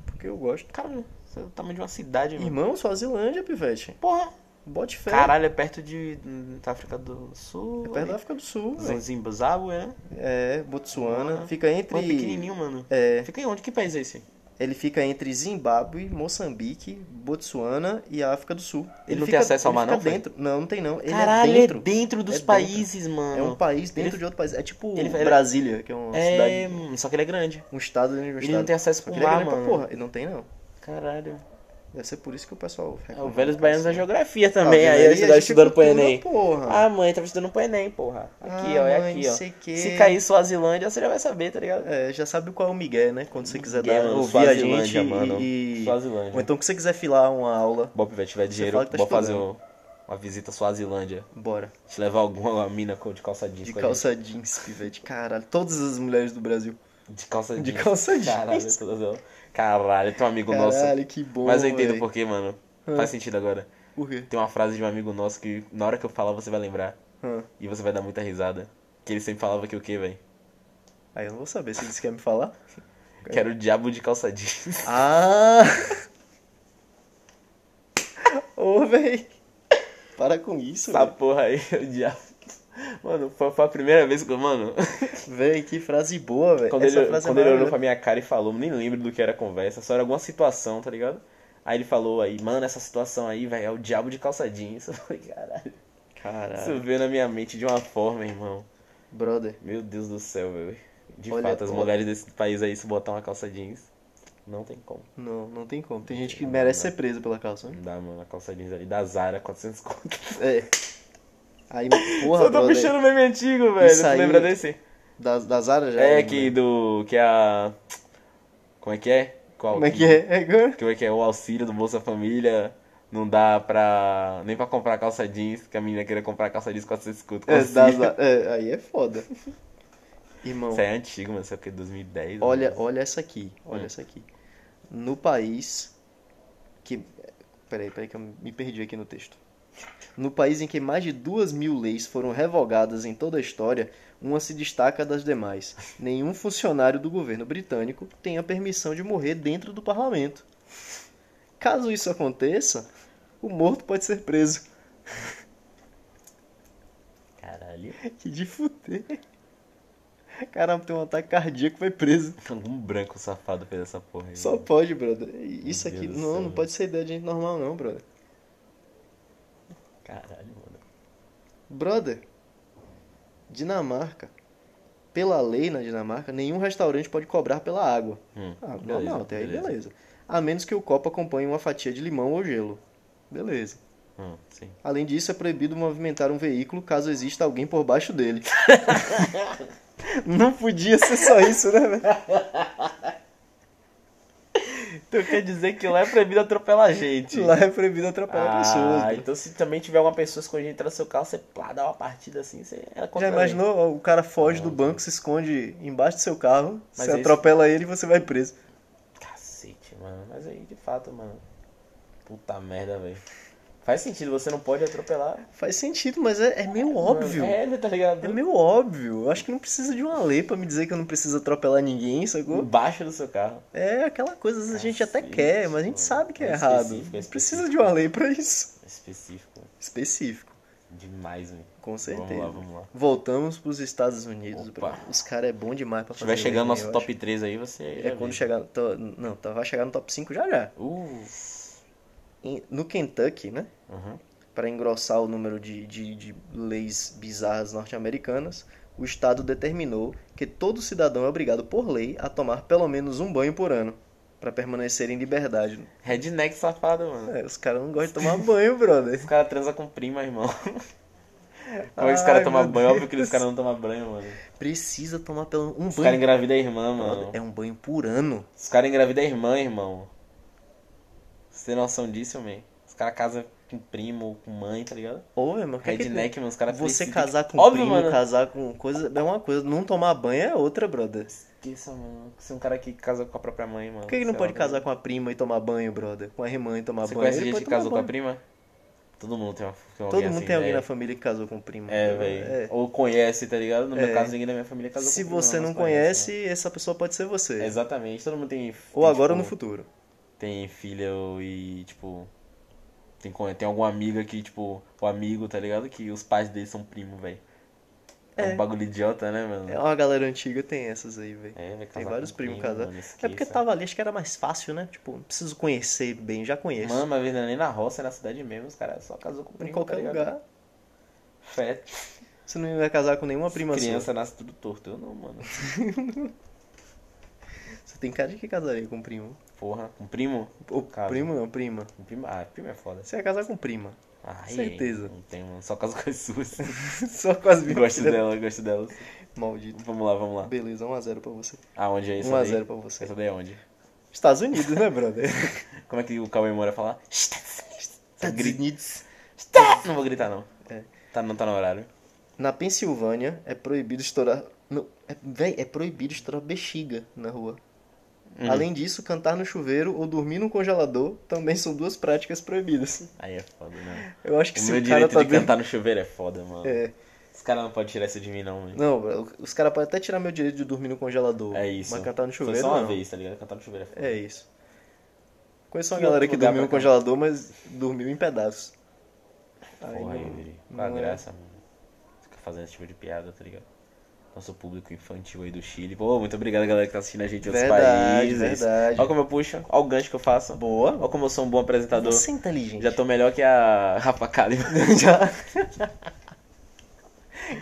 S1: Porque eu gosto.
S2: Caralho, você é o tamanho de uma cidade, mano.
S1: Irmão, Suazilândia, pivete.
S2: Porra.
S1: Bote fé.
S2: Caralho, é perto de. da África do Sul.
S1: É perto da África do Sul, velho.
S2: Zimbabwe, né?
S1: É, Botsuana.
S2: Porra.
S1: Fica
S2: Pô, é
S1: entre...
S2: pequenininho, mano.
S1: É,
S2: Fica em onde? Que país é esse?
S1: Ele fica entre Zimbábue, Moçambique, Botsuana e a África do Sul.
S2: Ele não tem acesso ao
S1: ele
S2: mar, não,
S1: fica
S2: foi?
S1: dentro. Não, não tem não. Ele
S2: Caralho,
S1: é dentro.
S2: dos
S1: É dentro.
S2: países, mano.
S1: É um país dentro
S2: Ele-
S1: de outro país. É tipo
S2: ele- ele-
S1: Brasília, que é uma
S2: É,
S1: cidade,
S2: hum, só que ele é grande.
S1: um estado dentro de um
S2: Ele
S1: estado.
S2: não tem acesso pro
S1: Só que ele é
S2: mar,
S1: grande pra
S2: mano.
S1: Porra. Ele não tem não.
S2: Caralho.
S1: Deve ser por isso que o pessoal
S2: É,
S1: reclama.
S2: o Velhos Baianos da
S1: Assim.
S2: Geografia
S1: Tá
S2: também.
S1: vendo
S2: aí, você tá
S1: gente
S2: estudando pro
S1: cultura,
S2: Enem.
S1: Porra.
S2: Ah, mãe, tava estudando pro Enem, porra. Aqui,
S1: Ah,
S2: ó, é
S1: mãe,
S2: aqui,
S1: não
S2: ó.
S1: sei o quê.
S2: Se cair Suazilândia, você já vai saber, tá ligado?
S1: É, já sabe qual é o Miguel, né? Quando você quiser
S2: Migué,
S1: dar,
S2: mano,
S1: ouvir a
S2: Suazilândia,
S1: gente e-
S2: mano.
S1: e...
S2: Suazilândia.
S1: Ou então que você quiser filar uma aula,
S2: Bom, Pivete, tiver dinheiro,
S1: fala que tá
S2: bora fazer um- uma visita à Suazilândia.
S1: bora.
S2: Te levar alguma mina com- de calça jeans.
S1: De
S2: com a
S1: calça jeans, pivete. Caralho, todas as mulheres do Brasil.
S2: gente. De calça jeans.
S1: De calça jeans.
S2: Caralho, todas elas. Caralho, tem um amigo nosso.
S1: Caralho, que bom.
S2: Mas eu entendo
S1: véi.
S2: por quê, mano.
S1: Ah.
S2: Faz sentido agora.
S1: Por quê?
S2: Tem uma frase de um amigo nosso que na hora que eu falar você vai lembrar.
S1: Hum.
S2: E você vai dar muita risada. Que ele sempre falava que o quê, velho?
S1: Aí eu não vou saber se eles querem me falar.
S2: Que era o diabo de calça jeans.
S1: Ah! Ô, véi! Para com isso,
S2: Essa
S1: velho.
S2: porra aí, o diabo. Mano, foi, foi a primeira vez que eu. Mano,
S1: Véi, que frase boa, velho.
S2: quando
S1: Essa
S2: ele,
S1: frase
S2: quando
S1: é
S2: ele olhou
S1: maravilhosa.
S2: pra minha cara e falou, nem lembro do que era a conversa, só era alguma situação, tá ligado? Aí ele falou aí, mano, essa situação aí, velho, é o diabo de calça jeans. Eu falei, caralho. Isso
S1: Caralho.
S2: veio na minha mente de uma forma, irmão.
S1: Brother,
S2: Meu Deus do céu, velho. De
S1: Olha,
S2: fato, as
S1: olha.
S2: mulheres desse país aí, se botar uma calça jeans, não tem como.
S1: não, não tem como. Tem gente que merece ser presa pela calça. né?
S2: Não dá, mano, a calça jeans ali da Zara, 400 conto.
S1: É. Aí, porra,
S2: Só tô
S1: brother.
S2: puxando o meme antigo, velho.
S1: Isso
S2: Tu
S1: aí-
S2: lembra desse?
S1: Da, da Zara já.
S2: É,
S1: né?
S2: que do. Que a. Como é que é? Qual-
S1: Como é que é? É agora?
S2: Como é que é? O auxílio do Bolsa Família não dá pra. Nem pra comprar calça jeans, que a menina queria comprar calça jeans 400 conto. com
S1: É, da
S2: auxílio.
S1: Zara. É, aí é foda. Irmão.
S2: Isso aí é antigo, mano. Isso é o que? 2010?
S1: Olha,
S2: mano.
S1: olha essa aqui, olha essa aqui. No país que. Peraí, peraí, que eu me perdi aqui no texto. No país em que mais de duas mil leis foram revogadas em toda a história, uma se destaca das demais. Nenhum funcionário do governo britânico tem a permissão de morrer dentro do parlamento. Caso isso aconteça, o morto pode ser preso.
S2: Caralho.
S1: Que de fuder. Caramba, tem um ataque cardíaco, vai preso.
S2: Algum branco safado fez essa porra aí.
S1: Só
S2: mano.
S1: pode, brother. Isso
S2: Meu
S1: aqui
S2: Deus do
S1: não,
S2: céu,
S1: não
S2: velho.
S1: pode ser ideia de gente normal, não, brother.
S2: Caralho, mano.
S1: Brother, Dinamarca. Pela lei na Dinamarca, nenhum restaurante pode cobrar pela água.
S2: Hum,
S1: Ah,
S2: beleza,
S1: normal, até aí
S2: beleza.
S1: beleza. A menos que o copo acompanhe uma fatia de limão ou gelo. Beleza.
S2: Hum, sim.
S1: Além disso, é proibido movimentar um veículo caso exista alguém por baixo dele. não podia ser só isso, né, velho?
S2: Então quer dizer que lá é proibido atropelar gente.
S1: Lá é proibido atropelar
S2: ah,
S1: pessoas. né? brother.
S2: então se também tiver uma pessoa escondida atrás do seu carro, você plá, dá uma partida assim, você era contra
S1: Já
S2: a lei.
S1: imaginou? O cara foge do banco, se esconde embaixo do seu carro,
S2: Mas
S1: você
S2: é isso.
S1: atropela ele e você vai preso.
S2: Cacete, mano. Mas aí, de fato, mano. Puta merda, velho. Faz sentido, você não pode atropelar.
S1: Faz sentido, mas é, é meio óbvio.
S2: Mano,
S1: É...
S2: é, né, tá ligado?
S1: meio óbvio. Eu acho que não precisa de uma lei pra me dizer que eu não preciso atropelar ninguém, sacou?
S2: Embaixo do seu carro.
S1: É aquela coisa, às vezes a gente até
S2: Cacete,
S1: quer, mas a gente
S2: mano.
S1: sabe que é
S2: É
S1: errado.
S2: específico, é
S1: Não precisa
S2: específico.
S1: de uma lei pra isso.
S2: Específico. velho.
S1: Específico,
S2: Demais, velho.
S1: com certeza.
S2: Vamos lá, vamos lá.
S1: Voltamos pros Estados Unidos.
S2: Opa.
S1: bro. Os caras é bom demais pra
S2: Se
S1: fazer
S2: tiver chegando
S1: lei, né?
S2: nosso
S1: eu
S2: top 3 aí, você.
S1: acho.
S2: já
S1: É quando
S2: vê.
S1: chegar. tô- Não, tá- vai chegar no top 5 já já.
S2: Uh.
S1: Em- No Kentucky, né?
S2: Uhum.
S1: Para engrossar o número de, de- de leis bizarras norte-americanas, o Estado determinou que todo cidadão é obrigado por lei a tomar pelo menos um banho por ano para permanecer em liberdade.
S2: Redneck safado, mano.
S1: É, os caras não gostam de tomar banho, brother.
S2: Os caras transam com prima, irmão. Como é que os
S1: Ai,
S2: caras tomam
S1: meu
S2: banho? Óbvio que
S1: Deus.
S2: os caras não tomam banho, mano.
S1: Precisa tomar pelo um
S2: Os caras
S1: banho.
S2: engravidam a irmã,
S1: brother.
S2: mano.
S1: É um banho por ano.
S2: Os caras engravidam a irmã, irmão. Você tem noção disso, man? Os caras casam com primo, com mãe, tá ligado?
S1: Ô, meu irmão, o que é que-
S2: Redneck, mano, os caras
S1: Você
S2: precisam-
S1: casar com
S2: Óbvio,
S1: primo,
S2: mano.
S1: casar com coisa é uma coisa, não tomar banho é outra, brother.
S2: Esqueça, mano. Você é um cara que casa com a própria mãe, mano. é
S1: Por que, que não pode casar com a prima e tomar banho, brother? Com a irmã e tomar
S2: Você
S1: banho?
S2: conhece
S1: Ele
S2: gente
S1: pode
S2: que
S1: tomar
S2: casou com a
S1: banho.
S2: prima? Todo mundo tem uma tem alguém
S1: Todo mundo
S2: assim,
S1: tem alguém
S2: né?
S1: na família que casou com o primo.
S2: É,
S1: né?
S2: velho.
S1: É.
S2: Ou conhece, tá ligado? No meu
S1: É.
S2: caso, ninguém da minha família casou
S1: Se
S2: com prima,
S1: você não
S2: mas
S1: conhece,
S2: assim.
S1: essa pessoa pode ser você.
S2: mano. Exatamente. Todo mundo tem.
S1: Ou
S2: tem,
S1: agora ou
S2: tipo,
S1: no futuro.
S2: tem filho e, tipo. Tem, co- tem alguma amiga que, tipo, o amigo, tá ligado? Que os pais dele são primo, velho. É.
S1: É.
S2: um bagulho idiota, né, mano?
S1: É uma galera antiga tem essas aí, velho.
S2: É, vai casar
S1: Tem
S2: com
S1: vários
S2: um
S1: primos
S2: primo,
S1: casados.
S2: mano,
S1: É porque
S2: esqueça.
S1: tava ali, acho que era mais fácil, né? Tipo, não preciso conhecer bem, já conheço.
S2: Mano, mas não é nem na roça, é na cidade mesmo. Os caras só casou com primo,
S1: em qualquer
S2: tá ligado?
S1: lugar.
S2: Feto.
S1: Você não vai casar com nenhuma prima
S2: Criança nasce tudo torto. Eu não, mano.
S1: sua. Você tem cara de que casaria com um primo.
S2: Porra, com primo?
S1: Ou
S2: Caso.
S1: primo não, prima.
S2: Com primo? Ah, primo é foda.
S1: Você ia casar com prima.
S2: Ai,
S1: Certeza.
S2: Não tem, mano. Só caso com as suas.
S1: Só com as
S2: Eu
S1: minhas
S2: gosto
S1: filhas.
S2: dela, eu gosto delas.
S1: Maldito.
S2: Vamos lá, vamos lá.
S1: Beleza, 1x0 pra você.
S2: Aonde é isso?
S1: 1x0 pra você.
S2: Essa daí é onde?
S1: Estados Unidos, né, brother?
S2: Como é que o Cauê Moura fala?
S1: Tá
S2: Tá
S1: Estados Unidos.
S2: Não vou gritar, não.
S1: É.
S2: Tá, não tá no horário.
S1: Na Pensilvânia é proibido estourar. Não, é, véi, é proibido estourar bexiga na rua.
S2: Uhum.
S1: Além disso, cantar no chuveiro ou dormir no congelador também são duas práticas proibidas.
S2: Aí é foda, né?
S1: Eu acho que
S2: O
S1: se
S2: meu
S1: o
S2: é
S1: cara
S2: direito
S1: tá
S2: de
S1: dentro.
S2: cantar no chuveiro é foda, mano.
S1: É,
S2: Os caras não podem tirar isso de mim, não, mano.
S1: Não, bro, os caras podem até tirar meu direito de dormir no congelador.
S2: É isso.
S1: Mas cantar no chuveiro,
S2: Foi só uma
S1: não.
S2: vez, tá ligado? Cantar no chuveiro é foda.
S1: É isso. Conheço uma
S2: Que
S1: galera
S2: outro
S1: que
S2: lugar
S1: dormiu no
S2: pra cá?
S1: congelador, mas dormiu em pedaços. Aí
S2: Porra,
S1: não-
S2: Yuri. Qual a
S1: não é.
S2: graça, mano? Fica fazendo esse tipo de piada, tá ligado? Nosso público infantil aí do Chile. Pô, muito obrigado, galera, que tá assistindo a gente em outros
S1: Verdade,
S2: países.
S1: verdade.
S2: Olha como eu puxo, olha o gancho que eu faço.
S1: Boa.
S2: Olha como eu sou um bom apresentador.
S1: Você é inteligente.
S2: Já tá. tô melhor que a Rafa Kalimann.
S1: Já.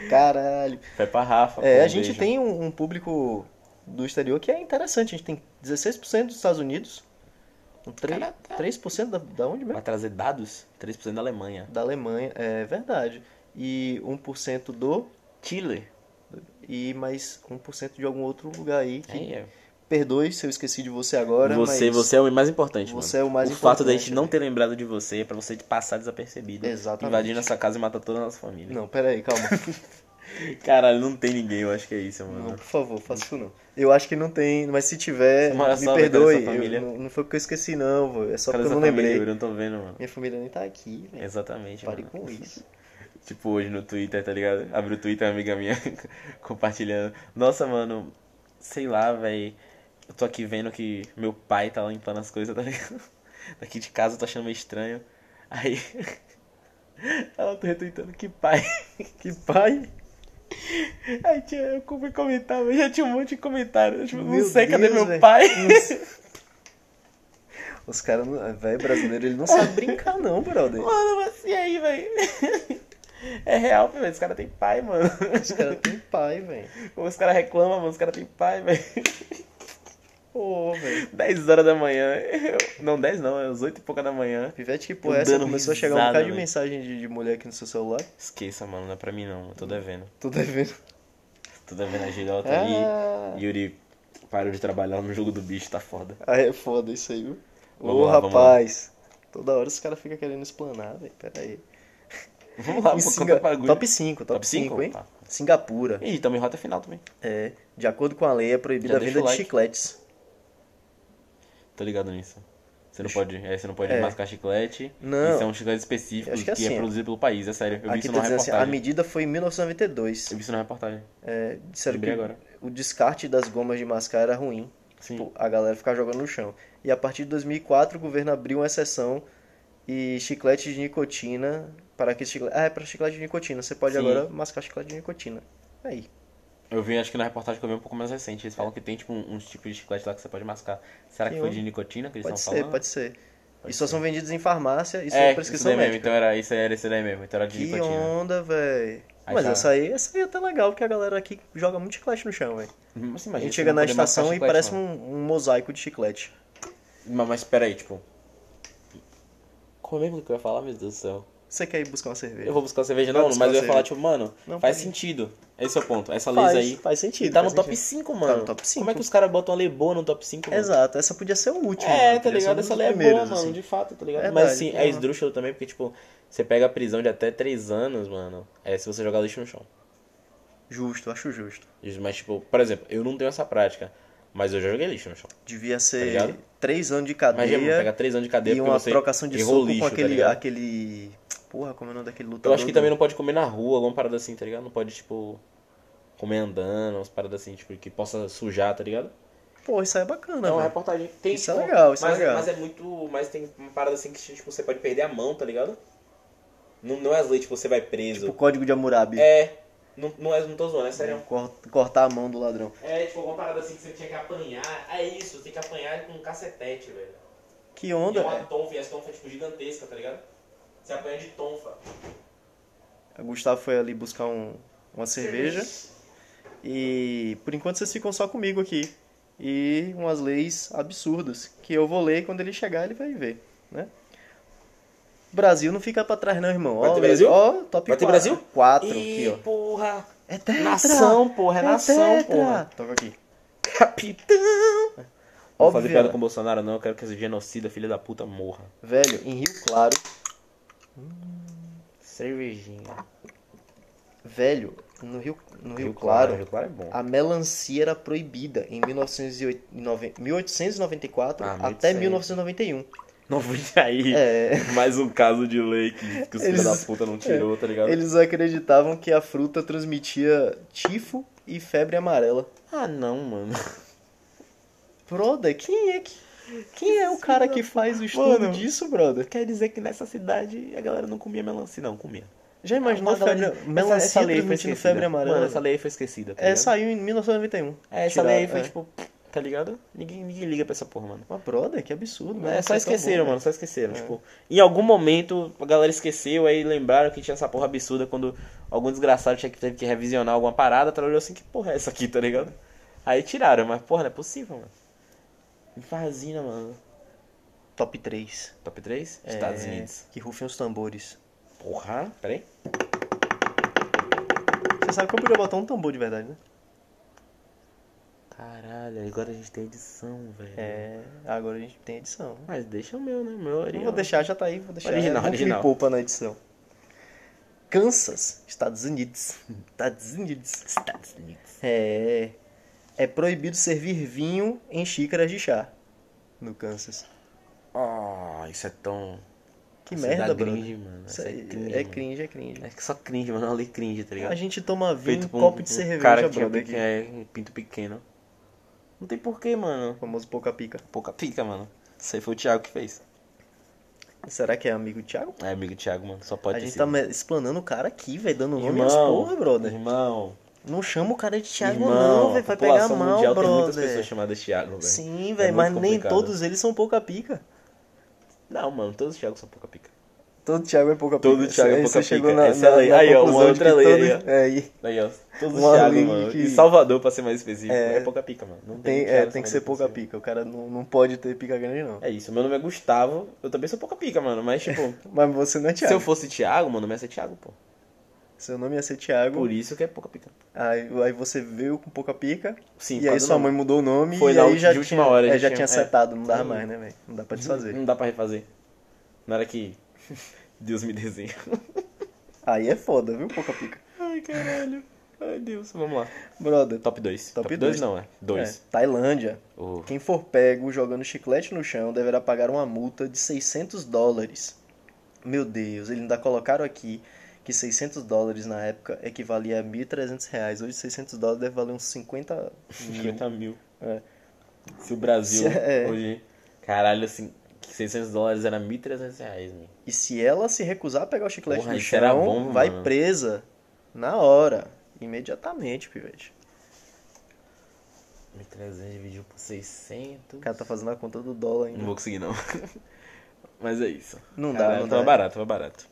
S1: Caralho.
S2: Vai pra Rafa.
S1: É,
S2: pô, um
S1: a gente
S2: beijo.
S1: tem um, um público do exterior que é interessante. A gente tem 16% dos Estados Unidos. Um tre-
S2: Cara, tá.
S1: 3% da, da onde mesmo?
S2: Vai trazer dados? 3% da Alemanha.
S1: Da Alemanha, é verdade. E 1% do.
S2: Chile.
S1: E mais 1% de algum outro lugar aí. Que...
S2: É, é.
S1: Perdoe se eu esqueci de você agora.
S2: Você,
S1: mas...
S2: você é o mais importante, mano.
S1: Você é o mais
S2: fato da
S1: importante,
S2: gente não
S1: velho.
S2: ter lembrado de você é pra você passar desapercebido.
S1: Exatamente.
S2: Invadindo a sua casa e matar toda a nossa família.
S1: Não, peraí, calma.
S2: Caralho, não tem ninguém, eu acho que é isso, mano.
S1: Não, por favor, faça isso não. Eu acho que não tem, mas se tiver,
S2: Uma hora
S1: me
S2: só, vai ter
S1: perdoe.
S2: essa família.
S1: eu- não, não foi porque eu esqueci, não, vô. É só
S2: Cara,
S1: porque eu não
S2: essa família,
S1: lembrei.
S2: Eu não tô vendo, mano.
S1: Minha família nem tá aqui, velho.
S2: Exatamente,
S1: Pare
S2: mano.
S1: com isso.
S2: Tipo, hoje no Twitter, tá ligado? Abre o Twitter, uma amiga minha compartilhando. Nossa, mano, sei lá, velho. Eu tô aqui vendo que meu pai tá limpando as coisas, tá ligado? Daqui de casa eu tô achando meio estranho. Aí. Ela tô retweetando, que pai.
S1: Que pai?
S2: Aí tinha, eu fui comentar, mas já tinha um monte de comentário. Eu, tipo, não
S1: Meu
S2: sei cadê
S1: Deus,
S2: meu
S1: velho.
S2: pai.
S1: Os caras, não- velho, brasileiro, ele não sabe brincar, não, brother.
S2: Mano, mas e aí, velho? É real, velho. Esse cara tem pai, mano.
S1: Os caras têm pai, velho.
S2: Como os caras reclamam, mano. Os caras têm pai, velho.
S1: Pô, velho.
S2: 10 horas da manhã. eu- Não, 10 não, é às 8 e pouca da manhã.
S1: Pivete, que porra
S2: Eu
S1: é essa?
S2: dando
S1: Começou a chegar um
S2: risada,
S1: bocado de
S2: velho.
S1: mensagem de, de mulher aqui no seu celular.
S2: Esqueça, mano, não é pra mim não. Eu tô devendo.
S1: Tô devendo.
S2: Tô devendo a Gilota
S1: Ah.
S2: aí. Yuri parou de trabalhar no jogo do bicho, tá foda.
S1: Ah, é foda isso aí, viu?
S2: Vamos
S1: Ô,
S2: lá, vamos lá.
S1: rapaz. Toda hora os caras ficam querendo explanar, velho. Pera aí.
S2: Vamos lá,
S1: Em
S2: pô,
S1: Singa-
S2: Singa... bagulho.
S1: Top 5, top,
S2: Top
S1: 5,
S2: cinco?
S1: hein?
S2: Tá.
S1: Singapura.
S2: Ih, tamo em rota final também.
S1: É, de acordo com a lei, é proibida
S2: Já
S1: a
S2: deixa
S1: venda
S2: o
S1: de
S2: like.
S1: chicletes.
S2: Tô ligado nisso. Você não pode, é, você não pode
S1: É.
S2: mascar chiclete.
S1: Não.
S2: Isso é um chiclete específico
S1: Eu acho que
S2: que,
S1: é
S2: é
S1: assim, ó.
S2: produzido pelo país, é sério. Eu vi
S1: Aqui
S2: isso
S1: tá
S2: numa
S1: dizendo assim,
S2: reportagem.
S1: a medida foi em 1992.
S2: Eu vi isso na reportagem.
S1: É, disseram que
S2: Lembrei agora.
S1: o descarte das gomas de mascar era ruim.
S2: Sim.
S1: Tipo, a galera ficava jogando no chão. E a partir de 2004, o governo abriu uma exceção e chiclete de nicotina... Para que chiclete... Ah, é para chiclete de nicotina. Você pode
S2: Sim.
S1: agora mascar chiclete de nicotina. Aí.
S2: Eu vi, acho que na reportagem que eu vi um pouco mais recente. Eles falam que tem, tipo, um- uns tipos de chiclete lá que você pode mascar. Será que
S1: Que
S2: foi
S1: eu-
S2: de nicotina que eles
S1: Pode
S2: estão
S1: ser,
S2: falando?
S1: pode ser. E só são vendidos em farmácia e
S2: É,
S1: sob
S2: isso
S1: prescrição
S2: daí mesmo,
S1: médica.
S2: então era, isso era esse daí mesmo, então era de
S1: Que
S2: nicotina.
S1: onda, velho.
S2: Aí
S1: Mas
S2: tá.
S1: essa aí, essa aí é até legal, porque a galera aqui joga muito chiclete no chão, velho.
S2: Mas
S1: A
S2: você imagina,
S1: gente
S2: você
S1: chega
S2: não
S1: na
S2: poder mascar
S1: estação e
S2: chiclete,
S1: parece
S2: mano.
S1: um, um mosaico de chiclete.
S2: Mas, mas peraí, tipo... Como é mesmo que eu ia falar, meu Deus do céu?
S1: Você quer ir buscar uma cerveja?
S2: Eu vou buscar uma cerveja,
S1: Vai
S2: não,
S1: buscar
S2: mas eu
S1: uma
S2: ia falar,
S1: cerveja.
S2: tipo, mano,
S1: Não,
S2: faz
S1: pode ir.
S2: sentido. Esse é o ponto, essa
S1: Faz,
S2: lez aí...
S1: faz sentido,
S2: E tá
S1: faz
S2: no top
S1: sentido.
S2: 5, mano.
S1: no top cinco.
S2: Como é que os caras botam a lei boa no top 5, mano?
S1: Exato, essa podia ser o último.
S2: É,
S1: mano. Podia
S2: tá
S1: ser um
S2: ligado?
S1: dos
S2: Essa lei é boa,
S1: primeiros,
S2: mano,
S1: assim.
S2: de fato, tá ligado?
S1: Verdade,
S2: Mas assim, é
S1: porra.
S2: esdrúxulo também, porque, tipo, você pega a prisão de até 3 anos, mano, é se você jogar lixo no chão.
S1: Justo, acho justo.
S2: Mas, tipo, por exemplo, eu não tenho essa prática, mas eu já joguei lixo no chão.
S1: Devia
S2: Tá
S1: ser
S2: ligado?
S1: três anos de cadeia
S2: Imagina, mano, pegar 3 anos de cadeia
S1: e
S2: porque
S1: uma
S2: você
S1: trocação de
S2: errou
S1: soco
S2: lixo,
S1: com
S2: tá
S1: aquele,
S2: ligado?
S1: aquele... Porra, como é o nome daquele lutador?
S2: Eu acho que também
S1: do-
S2: não pode comer na rua, alguma parada assim, tá ligado? Não pode, tipo, comer andando, umas paradas assim, tipo, que possa sujar, tá ligado?
S1: Porra, isso aí é bacana,
S2: É uma
S1: velho.
S2: reportagem que tem,
S1: Isso é
S2: tipo,
S1: legal, isso é
S2: mas,
S1: legal.
S2: Mas é muito... Mas tem uma parada assim que, tipo, você pode perder a mão, tá ligado? Não, não é as leis, tipo, você vai preso.
S1: O código de Hammurabi.
S2: É... Não, não, é, não tô zoando, é sério.
S1: Cor- Cortar a mão do ladrão.
S2: É, tipo, alguma parada assim que você tinha que apanhar. É isso, tem que apanhar com um cacetete, velho.
S1: Que
S2: E
S1: onda,
S2: uma
S1: velho.
S2: tonfa, e as tonfas, tipo, gigantesca, tá ligado? Você apanha de tonfa.
S1: O Gustavo foi ali buscar um- uma cerveja. E por enquanto vocês ficam só comigo aqui. E umas leis absurdas que eu vou ler e quando ele chegar ele vai ver, né? Brasil não fica pra trás não, irmão.
S2: Vai
S1: ó,
S2: ter Brasil?
S1: Ó, top
S2: Vai ter
S1: 4.
S2: Brasil?
S1: 4
S2: Ih,
S1: aqui, ó.
S2: porra.
S1: É tetra.
S2: Nação, porra, é nação,
S1: tetra.
S2: porra.
S1: Toca aqui.
S2: Capitão! Não fazer piada
S1: Óbvio,
S2: com o Bolsonaro, não. Eu quero que esse genocida, filho da puta, morra.
S1: velho, em Rio Claro,
S2: Hum, Cervejinha.
S1: velho, no Rio, no Rio, Claro
S2: Rio Claro é bom.
S1: A melancia era proibida em 1908 1894
S2: Ah,
S1: até
S2: 1800.
S1: 1991.
S2: Não vem aí
S1: É.
S2: mais um caso de lei que, que os filhos
S1: Eles-
S2: da puta não tirou, tá ligado?
S1: Eles acreditavam que a fruta transmitia tifo e febre amarela.
S2: Ah, não, mano.
S1: Brother, quem é que. Quem é o cara que faz o estudo
S2: Mano.
S1: disso, brother?
S2: Quer dizer que nessa cidade a galera não comia melancia. Não, comia.
S1: Já imaginou
S2: Uma galera-
S1: febre,
S2: essa-
S1: melancia
S2: essa lei foi
S1: transmitindo
S2: esquecida.
S1: febre amarela?
S2: Mano, essa lei foi esquecida, tá
S1: É,
S2: ligado?
S1: saiu em 1991.
S2: É, essa lei aí foi
S1: Tiraram- é.
S2: tipo, tá ligado? Ninguém, ninguém liga pra essa porra, mano.
S1: Mas, brother, que absurdo, mano.
S2: É,
S1: Isso
S2: só
S1: tão
S2: esqueceram,
S1: bom, né?
S2: mano, só esqueceram. Tipo, em algum momento a galera esqueceu, aí lembraram que tinha essa porra absurda quando algum desgraçado tinha que, teve que revisionar alguma parada, tá olhou assim, que porra é essa aqui, tá ligado? Aí tiraram, mas porra, não é possível, mano. Vazina, mano.
S1: velho. Top 3.
S2: Top 3? Estados Unidos.
S1: Que rufem os tambores.
S2: É. Porra, peraí.
S1: Você sabe que eu podia botar um tambor de verdade, né?
S2: Caralho, agora a gente tem edição, velho.
S1: É. Agora a gente tem edição.
S2: Mas deixa o meu, né? O meu
S1: Eu
S2: original.
S1: vou deixar, já tá aí, vou deixar.
S2: Original,
S1: é, vamos
S2: original.
S1: Me poupa na edição. Kansas, Estados Unidos. Estados Unidos.
S2: Estados Unidos.
S1: É. É proibido servir vinho em xícaras de chá no Kansas.
S2: Ah, isso é tão.
S1: Que
S2: Isso
S1: merda,
S2: dá
S1: brother.
S2: cringe, mano.
S1: Isso
S2: Isso é
S1: aí
S2: cringe,
S1: é
S2: mano.
S1: cringe, é cringe.
S2: É que só cringe, mano. É uma lei cringe, tá ligado?
S1: A gente toma vinho
S2: Feito
S1: em
S2: por um,
S1: copo de
S2: um
S1: cerveja,
S2: cara que tinha
S1: brother.
S2: pinto, é, um pinto pequeno. Não tem porquê, mano.
S1: O famoso pouca pica.
S2: Pouca pica, mano. Isso aí foi o Thiago que fez.
S1: Será que é amigo do Thiago?
S2: É amigo do Thiago, mano. Só pode
S1: a
S2: ter
S1: gente
S2: sido.
S1: tá me- explanando o cara aqui, velho, dando nome às
S2: Irmão,
S1: porra, brother.
S2: irmão,
S1: Não chama o cara de Thiago,
S2: irmão,
S1: não,
S2: a
S1: velho. Vai pegar
S2: população
S1: mal,
S2: mundial
S1: brother.
S2: tem muitas pessoas chamadas Thiago, velho.
S1: Sim,
S2: É
S1: velho,
S2: muito
S1: mas nem
S2: complicado.
S1: todos eles são pouca pica.
S2: Não, mano, todos os Thiagos são pouca pica.
S1: Todo Thiago é pouca
S2: Todo
S1: pica.
S2: Thiago é
S1: Aí
S2: pouca
S1: você
S2: pica.
S1: chegou na,
S2: Essa é
S1: na-
S2: lei.
S1: na
S2: Aí, ó, uma
S1: conclusão de
S2: outra
S1: que É,
S2: lei aí,
S1: todo- aí.
S2: Aí, ó, todos os
S1: Uma
S2: Thiago,
S1: lei
S2: mano.
S1: Um que-
S2: E Salvador, pra ser mais específico,
S1: É.
S2: é, pouca pica, mano. Não
S1: Tem,
S2: Thiago um
S1: é, tem
S2: chamado
S1: que ser
S2: de
S1: pouca
S2: pessoa.
S1: pica. O cara não, não pode ter pica grande, não.
S2: É isso, meu nome é Gustavo, eu também sou pouca pica, mano, mas tipo,
S1: Mas você não é
S2: se
S1: Thiago. Hum.
S2: eu fosse Thiago, mano, meu nome ia ser Thiago, pô.
S1: Seu nome ia ser Thiago.
S2: Por isso que é pouca pica.
S1: Aí, aí você veio com pouca pica.
S2: Sim,
S1: e aí
S2: quase
S1: sua
S2: não.
S1: mãe mudou o nome
S2: Foi
S1: e
S2: na
S1: aí
S2: ulti-
S1: já
S2: de última
S1: tinha,
S2: hora,
S1: é,
S2: já
S1: já
S2: tinha-
S1: tinha
S2: é.
S1: setado, não dava
S2: Sim.
S1: mais, né, velho? Não dá pra desfazer.
S2: Não dá pra refazer. Na hora que Deus me desenha.
S1: Aí é foda, viu, pouca pica.
S2: Ai, caralho. Ai, Deus. Vamos lá.
S1: Brother,
S2: Top 2.
S1: Top
S2: Top
S1: dois.
S2: 2 não, é.
S1: É,
S2: 2.
S1: Tailândia.
S2: Oh.
S1: Quem for pego jogando chiclete no chão deverá pagar uma multa de 600 dólares. Meu Deus, eles ainda colocaram aqui que 600 dólares na época equivalia a 1.300 reais. Hoje 600 dólares deve valer uns 50 mil.
S2: 50 mil.
S1: É.
S2: Se o Brasil
S1: Se- é.
S2: hoje... Caralho, assim, 600 dólares era 1.300 reais, mano.
S1: E se ela se recusar a pegar o chiclete
S2: Porra,
S1: no
S2: isso era
S1: chão,
S2: bom,
S1: vai
S2: mano.
S1: presa na hora, imediatamente, pivete.
S2: 1.300 dividido por 600.
S1: O cara tá fazendo a conta do dólar ainda.
S2: Não vou conseguir, não. Mas é isso.
S1: Não dá,
S2: Caralho,
S1: não
S2: tava
S1: dá.
S2: barato, tava barato.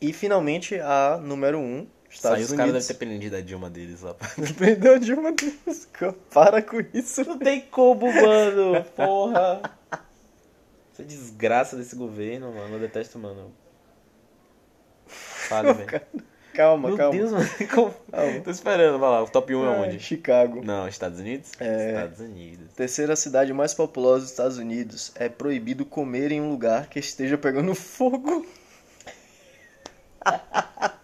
S1: E finalmente a número 1, um,
S2: Saiu,
S1: Estados
S2: os caras
S1: Unidos.
S2: devem ter prendido a Dilma deles lá.
S1: Perdeu de uma Deus, para com isso.
S2: Não tem como, mano. Porra. Essa desgraça desse governo, mano. Eu detesto, mano. Fala, velho.
S1: Calma,
S2: Meu
S1: calma.
S2: Deus, mano. Como...
S1: Calma.
S2: Tô esperando, vai lá. O top 1 é
S1: Ai,
S2: onde?
S1: Chicago.
S2: Não, Estados Unidos?
S1: É.
S2: Estados Unidos.
S1: Terceira cidade mais populosa dos Estados Unidos. É proibido comer em um lugar que esteja pegando fogo.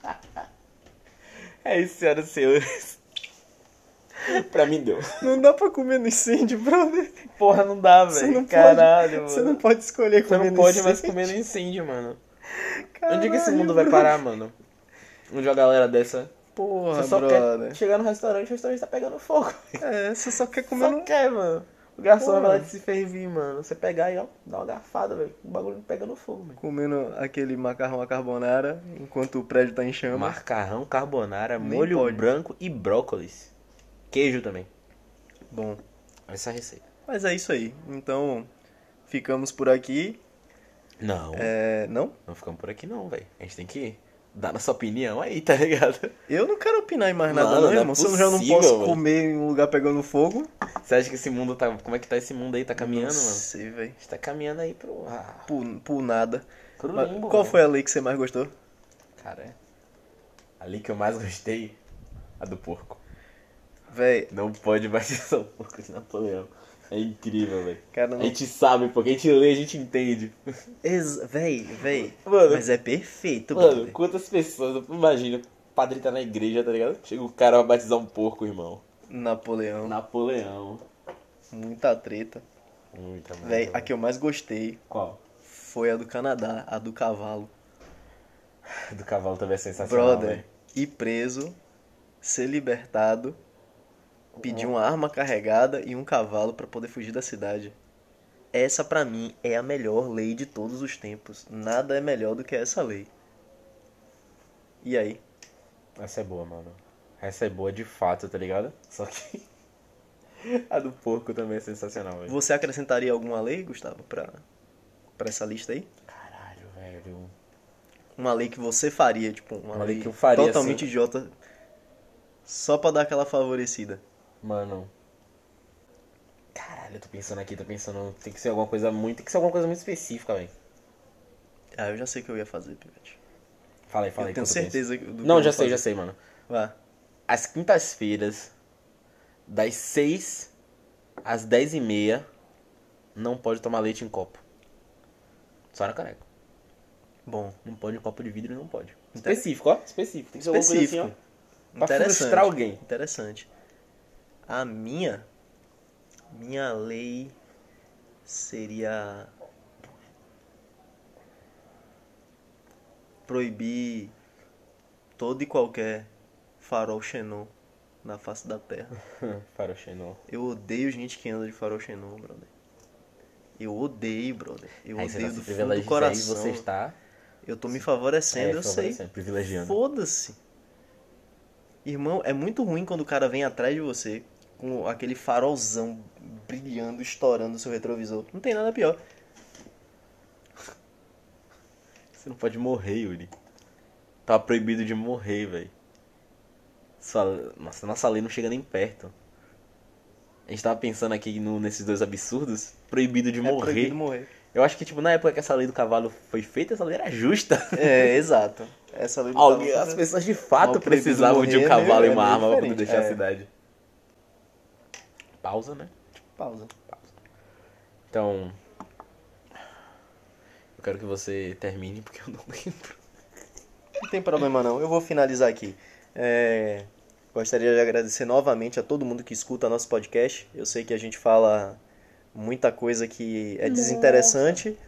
S2: É isso, senhoras e senhores. pra mim deu.
S1: Não dá pra comer no incêndio, brother.
S2: Porra, não dá,
S1: Você não
S2: velho. Caralho,
S1: pode,
S2: mano.
S1: Você não pode escolher
S2: Você
S1: comer
S2: não tá
S1: no
S2: pode
S1: incêndio.
S2: mais comer no incêndio, mano.
S1: Caralho,
S2: Onde é que esse mundo vai
S1: brother.
S2: parar, mano? Onde uma galera dessa.
S1: Porra,
S2: Você só
S1: brother.
S2: quer chegar no restaurante, o restaurante tá pegando fogo.
S1: É, você só quer comer
S2: Só
S1: no...
S2: quer, mano. O garçom
S1: Porra.
S2: vai lá de se fervir, mano. Você pegar e ó, dá uma garfada, velho. O bagulho pegando fogo, velho.
S1: Comendo aquele macarrão à carbonara enquanto o prédio tá em chamas.
S2: Macarrão, carbonara,
S1: Nem
S2: molho
S1: pode.
S2: branco e brócolis. Queijo também.
S1: Bom,
S2: Essa é a receita.
S1: mas é isso aí. Então, ficamos por aqui.
S2: Não,
S1: É, não?
S2: não ficamos por aqui não, velho. A gente tem que dar nossa opinião aí, tá ligado?
S1: Eu não quero opinar em mais nada,
S2: Mano,
S1: não,
S2: não é
S1: irmão. Se eu já não
S2: possível,
S1: posso
S2: mano.
S1: comer em um lugar pegando fogo...
S2: Você acha que esse mundo tá... Como é que tá esse mundo aí? Tá caminhando,
S1: não
S2: mano?
S1: sei, velho.
S2: A gente tá caminhando aí pro... Ah,
S1: Por, por nada.
S2: pro
S1: Mas
S2: limbo,
S1: qual
S2: velho.
S1: foi a lei que você mais gostou?
S2: Cara, é ali que eu mais gostei, a do porco.
S1: Véi,
S2: Não pode batizar o porco de Napoleão. É incrível, velho.
S1: Cara, não-
S2: A gente sabe, porque a gente lê, a gente entende.
S1: ex... véi, véi.
S2: Mano.
S1: Mas é perfeito,
S2: Mano,
S1: mano.
S2: quantas pessoas, imagina, o padre tá na igreja, tá ligado? Chega o cara pra batizar um porco, irmão.
S1: Napoleão,
S2: Napoleão.
S1: muita treta.
S2: Muita merda,
S1: Véi, a
S2: velho.
S1: que eu mais gostei
S2: Qual?
S1: foi a do Canadá, a do cavalo.
S2: Do cavalo também é sensacional.
S1: Brother,
S2: velho.
S1: ir preso, ser libertado, pedir uma arma carregada e um cavalo pra poder fugir da cidade. Essa pra mim é a melhor lei de todos os tempos. Nada é melhor do que essa lei. E aí?
S2: Essa é boa, mano. Essa é boa de fato, tá ligado? Só que. A do porco também é sensacional, velho.
S1: Você acrescentaria alguma lei, Gustavo, pra, pra essa lista aí?
S2: Caralho, velho.
S1: Uma lei que você faria, tipo, uma,
S2: Uma lei
S1: lei
S2: que eu faria,
S1: totalmente
S2: assim.
S1: idiota, só pra dar aquela favorecida.
S2: Mano. Caralho, eu tô pensando aqui, tô pensando. Tem que ser alguma coisa muito. Tem que ser alguma coisa muito específica, velho.
S1: Ah, eu já sei o que eu ia fazer, Pivete.
S2: Fala aí, fala aí.
S1: tenho
S2: enquanto eu
S1: certeza
S2: penso.
S1: do que eu
S2: Não, já
S1: vou
S2: sei,
S1: fazer.
S2: já sei, mano.
S1: Vá.
S2: Às quintas-feiras, das 6 às 10 e meia, não pode tomar leite em copo. Só na caneca.
S1: Bom,
S2: Não pode em copo de vidro, não pode.
S1: Então-
S2: Específico, ó. Específico. Tem que ser alguma coisa assim,
S1: específico.
S2: ó. Pra frustrar alguém.
S1: Interessante. A minha. Minha lei seria. Proibir todo e qualquer farol xenon na face da terra.
S2: Ah, Faroche, não.
S1: Eu odeio gente que anda de farol xenon, brother. Eu odeio, brother. Eu
S2: Aí você tá
S1: odeio
S2: se
S1: do fundo do
S2: privilegiando aí,
S1: coração.
S2: você está...
S1: Eu tô me favorecendo,
S2: É,
S1: eu
S2: favorecendo,
S1: sei.
S2: privilegiando.
S1: Foda-se. Irmão, é muito ruim quando o cara vem atrás de você com aquele farolzão brilhando, estourando o seu retrovisor. Não tem nada pior.
S2: Você não pode morrer, Yuri. Tá proibido de morrer, velho. Sua... Nossa, nossa lei não chega nem perto. A gente tava pensando aqui no- nesses dois absurdos. Proibido de
S1: É
S2: morrer.
S1: proibido morrer.
S2: Eu acho que, tipo, na época que essa lei do cavalo foi feita, essa lei era justa.
S1: É, exato. Essa lei do
S2: Alguém-
S1: cavalo-
S2: as pessoas de fato
S1: Mal proibido
S2: precisavam de um
S1: morrer é
S2: cavalo
S1: meio-
S2: e uma
S1: é meio
S2: arma pra poder
S1: diferente,
S2: deixar a
S1: é.
S2: cidade. Pausa, né?
S1: Pausa.
S2: Então. Eu quero que você termine, porque eu não lembro.
S1: Não tem problema não, eu vou finalizar aqui. É, Gostaria de agradecer novamente a todo mundo que escuta nosso podcast. Eu sei que a gente fala muita coisa que é desinteressante,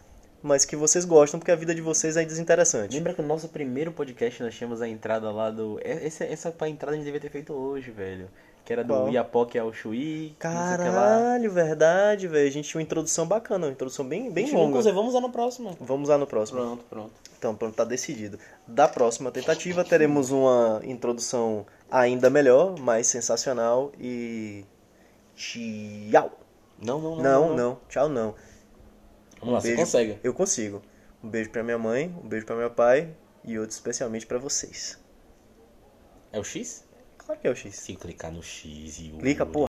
S1: mas que vocês gostam porque a vida de vocês é desinteressante.
S2: Lembra que o nosso primeiro podcast nós tínhamos a entrada lá do. é- Esse, essa pra entrada a gente devia ter feito hoje, velho. Que era do
S1: Qual?
S2: Iapoque ao Chuí. não sei o que lá.
S1: Caralho, verdade, velho. A gente tinha uma introdução bacana, uma introdução bem, bem longa.
S2: Inclusive, vamos lá no próximo.
S1: Vamos lá no próximo.
S2: Pronto, pronto.
S1: Então, pronto, tá decidido. Da próxima tentativa teremos uma introdução ainda melhor, mais sensacional e. Tchau!
S2: Não, não, não.
S1: Não, não, tchau não.
S2: Vamos lá, você
S1: Beijo.
S2: consegue.
S1: Eu consigo. Um beijo pra minha mãe, um beijo pra meu pai e outro especialmente pra vocês.
S2: É o X?
S1: Claro que é o X.
S2: Se clicar no X e o.
S1: Clica, porra.